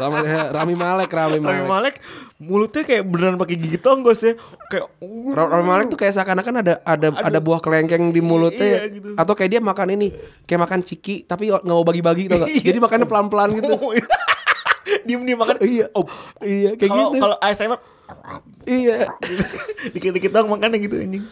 Speaker 2: selamat ya, Rami Malek, Rami
Speaker 3: Rami
Speaker 2: Malek.
Speaker 3: Malek mulutnya kayak beneran pakai gigi tonggos ya. Kayak uh.
Speaker 2: Ra- Rami Malek tuh kayak seakan-akan ada ada ada buah kelengkeng di mulutnya ya.
Speaker 3: Iya, gitu.
Speaker 2: atau kayak dia makan ini, kayak makan ciki tapi nggak mau bagi-bagi tau
Speaker 3: Iya.
Speaker 2: gak? Jadi makannya pelan-pelan gitu.
Speaker 3: diem-diem makan. Iya, oh.
Speaker 2: iya, kayak
Speaker 3: Kalau
Speaker 2: gitu.
Speaker 3: kalau ASMR
Speaker 2: Iya.
Speaker 3: dikit-dikit doang makannya gitu anjing.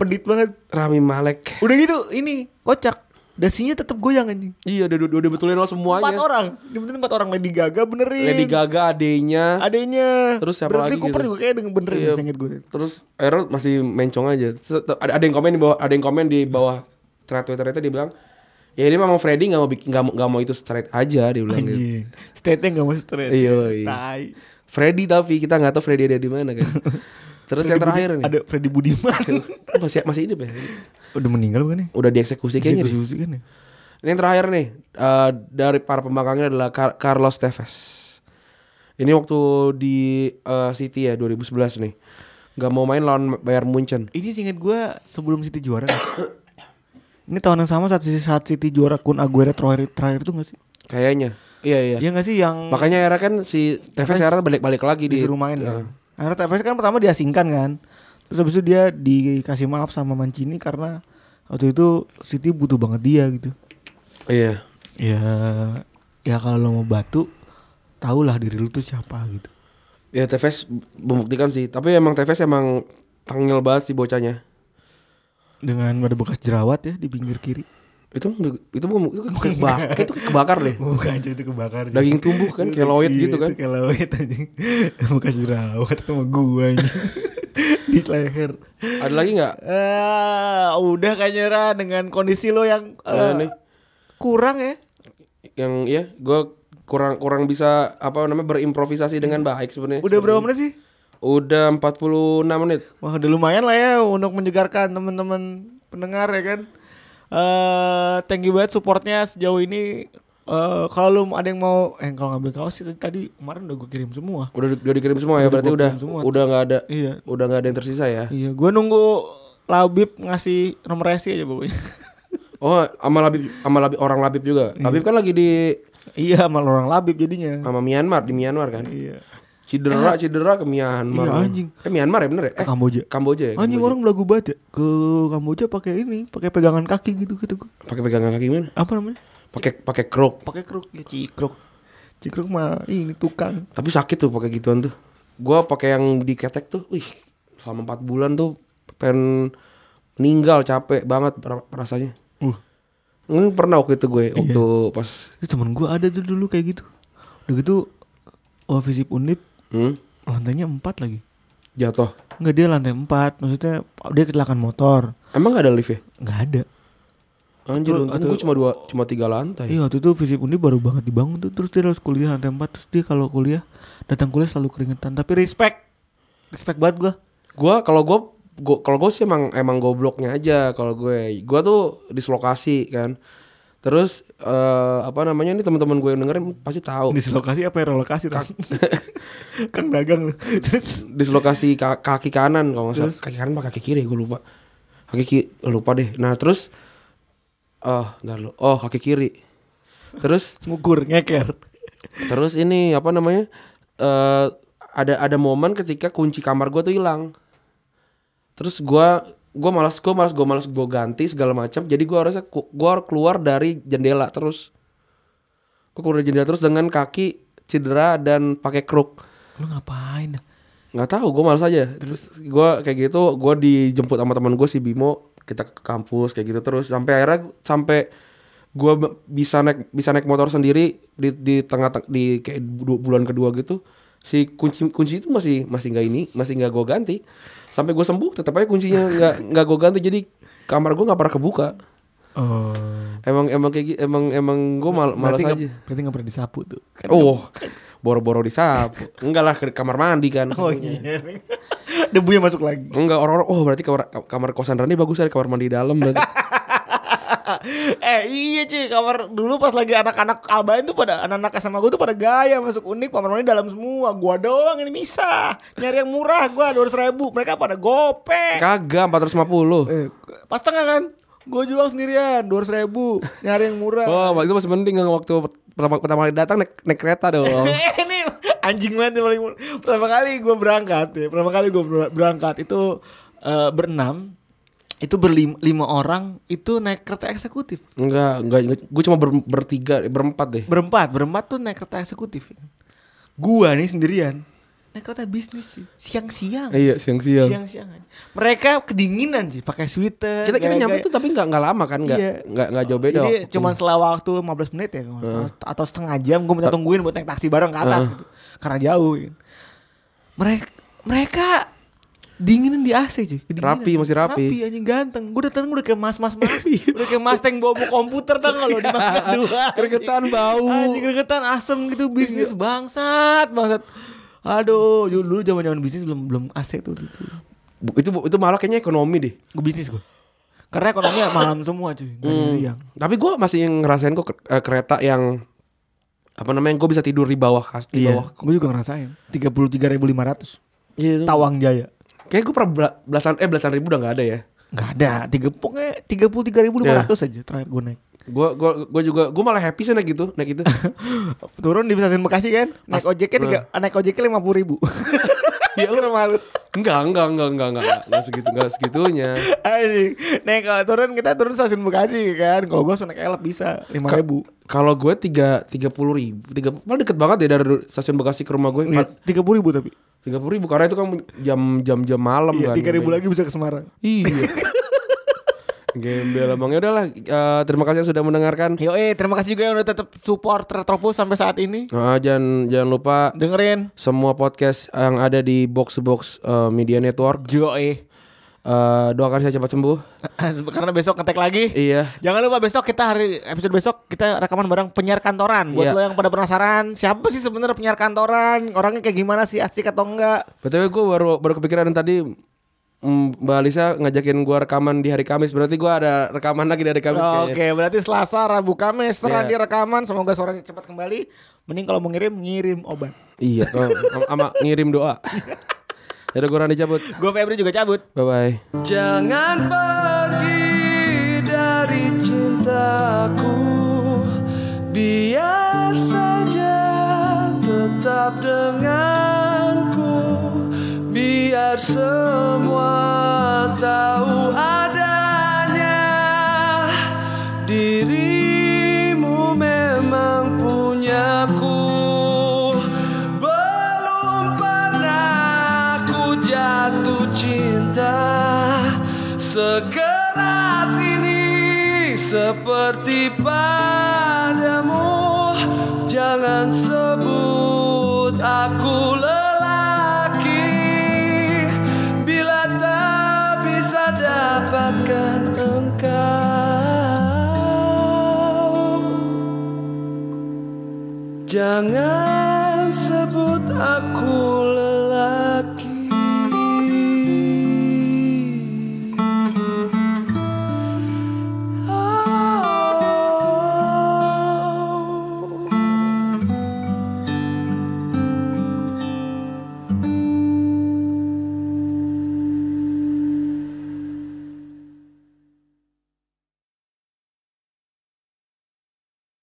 Speaker 3: Pedit banget.
Speaker 2: Rami Malek.
Speaker 3: Udah gitu ini kocak. Dasinya tetap goyang anjing.
Speaker 2: Iya, udah udah, udah betulin lo semuanya.
Speaker 3: Empat orang. Dibenerin empat orang Lady Gaga benerin.
Speaker 2: Lady Gaga adenya.
Speaker 3: Adanya.
Speaker 2: Terus siapa
Speaker 3: Bradley
Speaker 2: lagi
Speaker 3: Cooper
Speaker 2: gitu?
Speaker 3: juga kayak dengan benerin
Speaker 2: Iya.
Speaker 3: seinget gue.
Speaker 2: Terus Errol masih mencong aja. Terus Ada ada yang komen di bawah, ada yang komen di bawah thread Twitter itu dia bilang, "Ya ini memang Freddy nggak mau bikin nggak mau, nggak mau itu straight aja," dia bilang gitu.
Speaker 3: Anjing. State-nya enggak mau straight.
Speaker 2: Iya, iya.
Speaker 3: Tai.
Speaker 2: Freddy tapi kita nggak tahu Freddy ada di mana kan. Terus yang
Speaker 3: Freddy
Speaker 2: terakhir
Speaker 3: Budi-
Speaker 2: nih.
Speaker 3: Ada Freddy Budiman.
Speaker 2: Oh, masih masih hidup ya.
Speaker 3: Udah meninggal bukan ya?
Speaker 2: Udah dieksekusi Iya, kayaknya. deh.
Speaker 3: Dieksekusi kan ya?
Speaker 2: Ini yang terakhir nih eh, dari para pembangkangnya adalah Car- Carlos Tevez. Ini waktu di eh, City ya 2011 nih. Gak mau main lawan Bayern Munchen.
Speaker 3: Ini seinget gue sebelum City juara. ini tahun yang sama saat, saat City juara Kun Aguero terakhir, terakhir tuh gak sih?
Speaker 2: Kayaknya. Iya iya.
Speaker 3: Iya gak sih yang
Speaker 2: Makanya era kan si Tevez era balik-balik lagi di Ah, Iya.
Speaker 3: disuruh main kan? Karena Tevez kan pertama diasingkan kan. Terus habis itu dia dikasih maaf sama Mancini karena waktu itu City butuh banget dia gitu.
Speaker 2: Iya.
Speaker 3: Ya ya kalau lo mau batu tahulah diri lu tuh siapa gitu.
Speaker 2: Ya Tevez membuktikan sih, tapi emang Tevez emang tangil banget sih bocahnya.
Speaker 3: Dengan ada bekas jerawat ya di pinggir kiri.
Speaker 2: Itu itu bukan itu kayak kebak, kayak itu kayak kebakar deh.
Speaker 3: Bukan cuy, itu kebakar. cuy.
Speaker 2: Daging tumbuh kan, keloid
Speaker 3: Iya,
Speaker 2: gitu kan.
Speaker 3: Itu keloid anjing. Bekas jerawat sama gua anjing. di leher.
Speaker 2: Ada lagi nggak?
Speaker 3: Eh, udah kayaknya Ra dengan kondisi lo yang
Speaker 2: Eh,
Speaker 3: eh,
Speaker 2: nih.
Speaker 3: kurang ya.
Speaker 2: Yang ya, gue kurang kurang bisa apa namanya berimprovisasi dengan baik sebenarnya.
Speaker 3: Udah berapa menit sih?
Speaker 2: Udah 46 menit.
Speaker 3: Wah udah lumayan lah ya untuk menyegarkan teman-teman pendengar ya kan. eh thank you banget supportnya sejauh ini. Eh kalau lu ada yang mau, eh kalau ngambil kaos sih tadi kemarin udah gue kirim semua.
Speaker 2: Udah di- udah dikirim semua ya, berarti
Speaker 3: gua
Speaker 2: udah
Speaker 3: kirim semua.
Speaker 2: udah nggak ada
Speaker 3: Iya.
Speaker 2: udah nggak ada yang tersisa ya.
Speaker 3: Iya, gue nunggu Labib ngasih nomor resi aja pokoknya.
Speaker 2: Oh, sama Labib sama Labib orang Labib juga. Labib kan lagi di
Speaker 3: iya, malah orang Labib jadinya.
Speaker 2: sama Myanmar, di Myanmar kan.
Speaker 3: Iya.
Speaker 2: Cedera, cedera ke Myanmar.
Speaker 3: Iya, anjing.
Speaker 2: Eh Myanmar ya bener ya? Eh,
Speaker 3: Ke Iya, Kamboja.
Speaker 2: Kamboja ya.
Speaker 3: Anjing
Speaker 2: Kamboja.
Speaker 3: orang belagu banget ya ke Kamboja pakai ini, pakai pegangan kaki gitu gitu.
Speaker 2: Pakai pegangan kaki mana?
Speaker 3: Apa namanya?
Speaker 2: Pakai pakai krok.
Speaker 3: Pakai kruk, ya cikruk. Cikruk mah ini tukang.
Speaker 2: Tapi sakit tuh pakai gituan tuh. Gua pakai yang diketek tuh. Wih, selama 4 bulan tuh pengen meninggal capek banget ra- rasanya.
Speaker 3: Uh, Iya.
Speaker 2: Hmm, pernah waktu itu gue waktu pas
Speaker 3: Itu temen gue ada tuh dulu kayak gitu. Udah gitu ofisip unip
Speaker 2: hmm,
Speaker 3: lantainya 4 lagi.
Speaker 2: jatuh.
Speaker 3: Enggak dia lantai 4, maksudnya dia kecelakaan motor.
Speaker 2: Emang gak ada lift ya?
Speaker 3: Enggak ada.
Speaker 2: Anjir,
Speaker 3: Atau-
Speaker 2: untung
Speaker 3: atau-
Speaker 2: gue cuma dua cuma tiga lantai.
Speaker 3: Iya waktu itu visip unip baru banget dibangun tuh terus dia harus kuliah lantai 4 terus dia kalau kuliah datang kuliah selalu keringetan tapi respect respect banget gua.
Speaker 2: Gua kalau gua gua- kalau gue sih emang emang gobloknya aja kalau gue. Gua tuh dislokasi kan. Terus eh, apa namanya ini teman-teman gue yang dengerin pasti tahu
Speaker 3: Dislokasi apa ya relokasi Ram? Kang dagang lu. Terus
Speaker 2: dislokasi ka- kaki kanan kalau nggak salah kaki kanan apa kaki kiri gue lupa kaki kiri lupa deh nah terus oh ntar lu oh kaki kiri terus
Speaker 3: ngukur ngeker.
Speaker 2: terus ini apa namanya eh ada ada momen ketika kunci kamar gue tuh hilang terus gua gua malas gua malas gua malas gua ganti segala macam jadi gua harusnya ku- gua harus keluar dari jendela terus gua keluar dari jendela terus dengan kaki cedera dan pakai kruk
Speaker 3: Lu ngapain?
Speaker 2: nggak tahu gue malas aja terus gue kayak gitu gue dijemput sama teman gue si Bimo kita ke kampus kayak gitu terus sampai akhirnya gu- sampai gue be- bisa naik bisa naik motor sendiri di di tengah teng- di kayak du- bulan kedua gitu si kunci kunci itu masih masih nggak ini masih nggak gue ganti sampai gue sembuh tetap aja kuncinya nggak nggak gue ganti jadi kamar gue nggak pernah kebuka
Speaker 3: Oh.
Speaker 2: emang emang kayak gi- emang emang gue mal, malas
Speaker 3: berarti nggak-
Speaker 2: aja
Speaker 3: berarti nggak pernah disapu tuh. Kan
Speaker 2: oh boro-boro disapu enggak lah ke kamar mandi kan
Speaker 3: Oh iya. Debunya masuk lagi.
Speaker 2: Enggak orang-orang oh berarti kamar kamar kosan Rani bagus ada kamar mandi dalam berarti.
Speaker 3: eh iya cuy kamar dulu pas lagi anak-anak albain tuh pada anak-anak SMA gue tuh pada gaya masuk unik kamar mandi dalam semua gua doang ini bisa nyari yang murah gua dua ribu mereka pada gopek
Speaker 2: Kagak 450.
Speaker 3: eh, pas tengah kan gue jual sendirian dua ribu nyari yang murah
Speaker 2: Oh, waktu itu masih mending yang waktu pertama pertama kali datang naik, naik kereta dong.
Speaker 3: Eh, ini anjing banget nih paling murah. pertama kali gue berangkat ya pertama kali gue berangkat itu eh, berenam itu berlima lima orang itu naik kereta eksekutif
Speaker 2: Enggak, enggak, gue cuma ber- bertiga, eh, berempat deh.
Speaker 3: berempat berempat tuh naik kereta eksekutif gua nih sendirian naik kereta bisnis sih siang-siang
Speaker 2: Eh, iya, siang-siang.
Speaker 3: siang-siang aja. mereka kedinginan sih pakai sweater
Speaker 2: Kita kita
Speaker 3: gaya-gaya.
Speaker 2: nyampe tuh tapi enggak enggak lama kan, enggak
Speaker 3: Iya.
Speaker 2: enggak enggak jauh beda.
Speaker 3: jadi
Speaker 2: waktunya.
Speaker 3: cuman setelah waktu 15 menit ya kalau nggak salah, atau setengah jam gue minta tungguin buat naik taksi bareng ke atas gitu karena jauh gitu. mereka mereka dinginan di AC cuy kedinginan.
Speaker 2: Rapi, masih rapi.
Speaker 3: rapi anjing ganteng gue datang gue udah kayak mas mas mas udah kayak mas tank bawa, bawa komputer tau gak lo di mangga dua anjing.
Speaker 2: Gregetan, bau.
Speaker 3: anjing gregetan asem gitu bisnis bangsat bangsat aduh dulu zaman zaman bisnis belum belum AC tuh gitu.
Speaker 2: Bu- itu bu- itu malah kayaknya ekonomi deh.
Speaker 3: gue bisnis Hmm. gue karena ekonomi malam semua cuy nggak ada yang siang
Speaker 2: Hmm. Tapi gue masih ngerasain kok ke- eh, kereta yang apa namanya gue bisa tidur di bawah kas di
Speaker 3: Iya,
Speaker 2: bawah.
Speaker 3: gue juga ngerasain. 33.500.
Speaker 2: Iya. Tahu.
Speaker 3: Tawang Jaya.
Speaker 2: Kayak gue pernah bela- belasan eh belasan ribu udah nggak ada ya.
Speaker 3: Enggak ada, tiga pokoknya 33.500 aja terakhir gue naik.
Speaker 2: Gue gua, gua juga gue malah happy sih naik gitu naik gitu.
Speaker 3: Turun di stasiun Bekasi kan, naik ojeknya tiga, naik ojeknya 50.000 ribu. ya lu malu.
Speaker 2: Enggak, enggak, enggak, enggak, enggak, enggak, enggak segitu, enggak segitunya.
Speaker 3: Anjing. Naik kalau turun kita turun stasiun Bekasi kan. Kalau gue naik elep bisa 5.000 ribu.
Speaker 2: Kalau gue tiga tiga puluh ribu, tiga, malah deket banget ya dari stasiun Bekasi ke rumah gue.
Speaker 3: Iya, Tiga ribu tapi.
Speaker 2: Tiga puluh ribu karena itu kan jam jam jam malam
Speaker 3: Iya,
Speaker 2: kan.
Speaker 3: tiga ribu lagi bisa ke Semarang.
Speaker 2: Iya. Gembel abang ya udahlah. eh, terima kasih yang sudah mendengarkan.
Speaker 3: Yo eh, terima kasih juga yang udah tetap support Retropus sampai saat ini.
Speaker 2: Nah, jangan jangan lupa
Speaker 3: Dengerin.
Speaker 2: semua podcast yang ada di box box eh, media network.
Speaker 3: Yo eh.
Speaker 2: Eh, doakan saya cepat sembuh.
Speaker 3: Karena besok ngetek lagi.
Speaker 2: Iya.
Speaker 3: Jangan lupa besok kita hari episode besok kita rekaman bareng penyiar kantoran
Speaker 2: Iya.
Speaker 3: buat lo yang pada penasaran siapa sih sebenarnya penyiar kantoran orangnya kayak gimana sih asik atau enggak
Speaker 2: Btw gue baru baru kepikiran tadi mm, Mbak Alisa ngajakin gue rekaman di hari Kamis berarti gue ada rekaman lagi dari Kamis
Speaker 3: Oh, oke
Speaker 2: kayaknya.
Speaker 3: berarti Selasa Rabu Kamis terang
Speaker 2: Iya.
Speaker 3: di rekaman semoga suaranya cepat kembali mending kalau mau ngirim ngirim obat
Speaker 2: Iya, am- ama ngirim doa. Yaudah gue Rani cabut.
Speaker 3: gue Febri juga cabut
Speaker 2: Bye bye.
Speaker 1: Jangan pergi dari cintaku Biar saja tetap denganku Biar semua tahu adanya Dirimu memang punyaku Belum pernah aku jatuh cinta Sekeras ini seperti padamu Oh, Jangan sebut aku lelaki Bila tak bisa dapatkan engkau Jangan sebut aku lelaki Oh.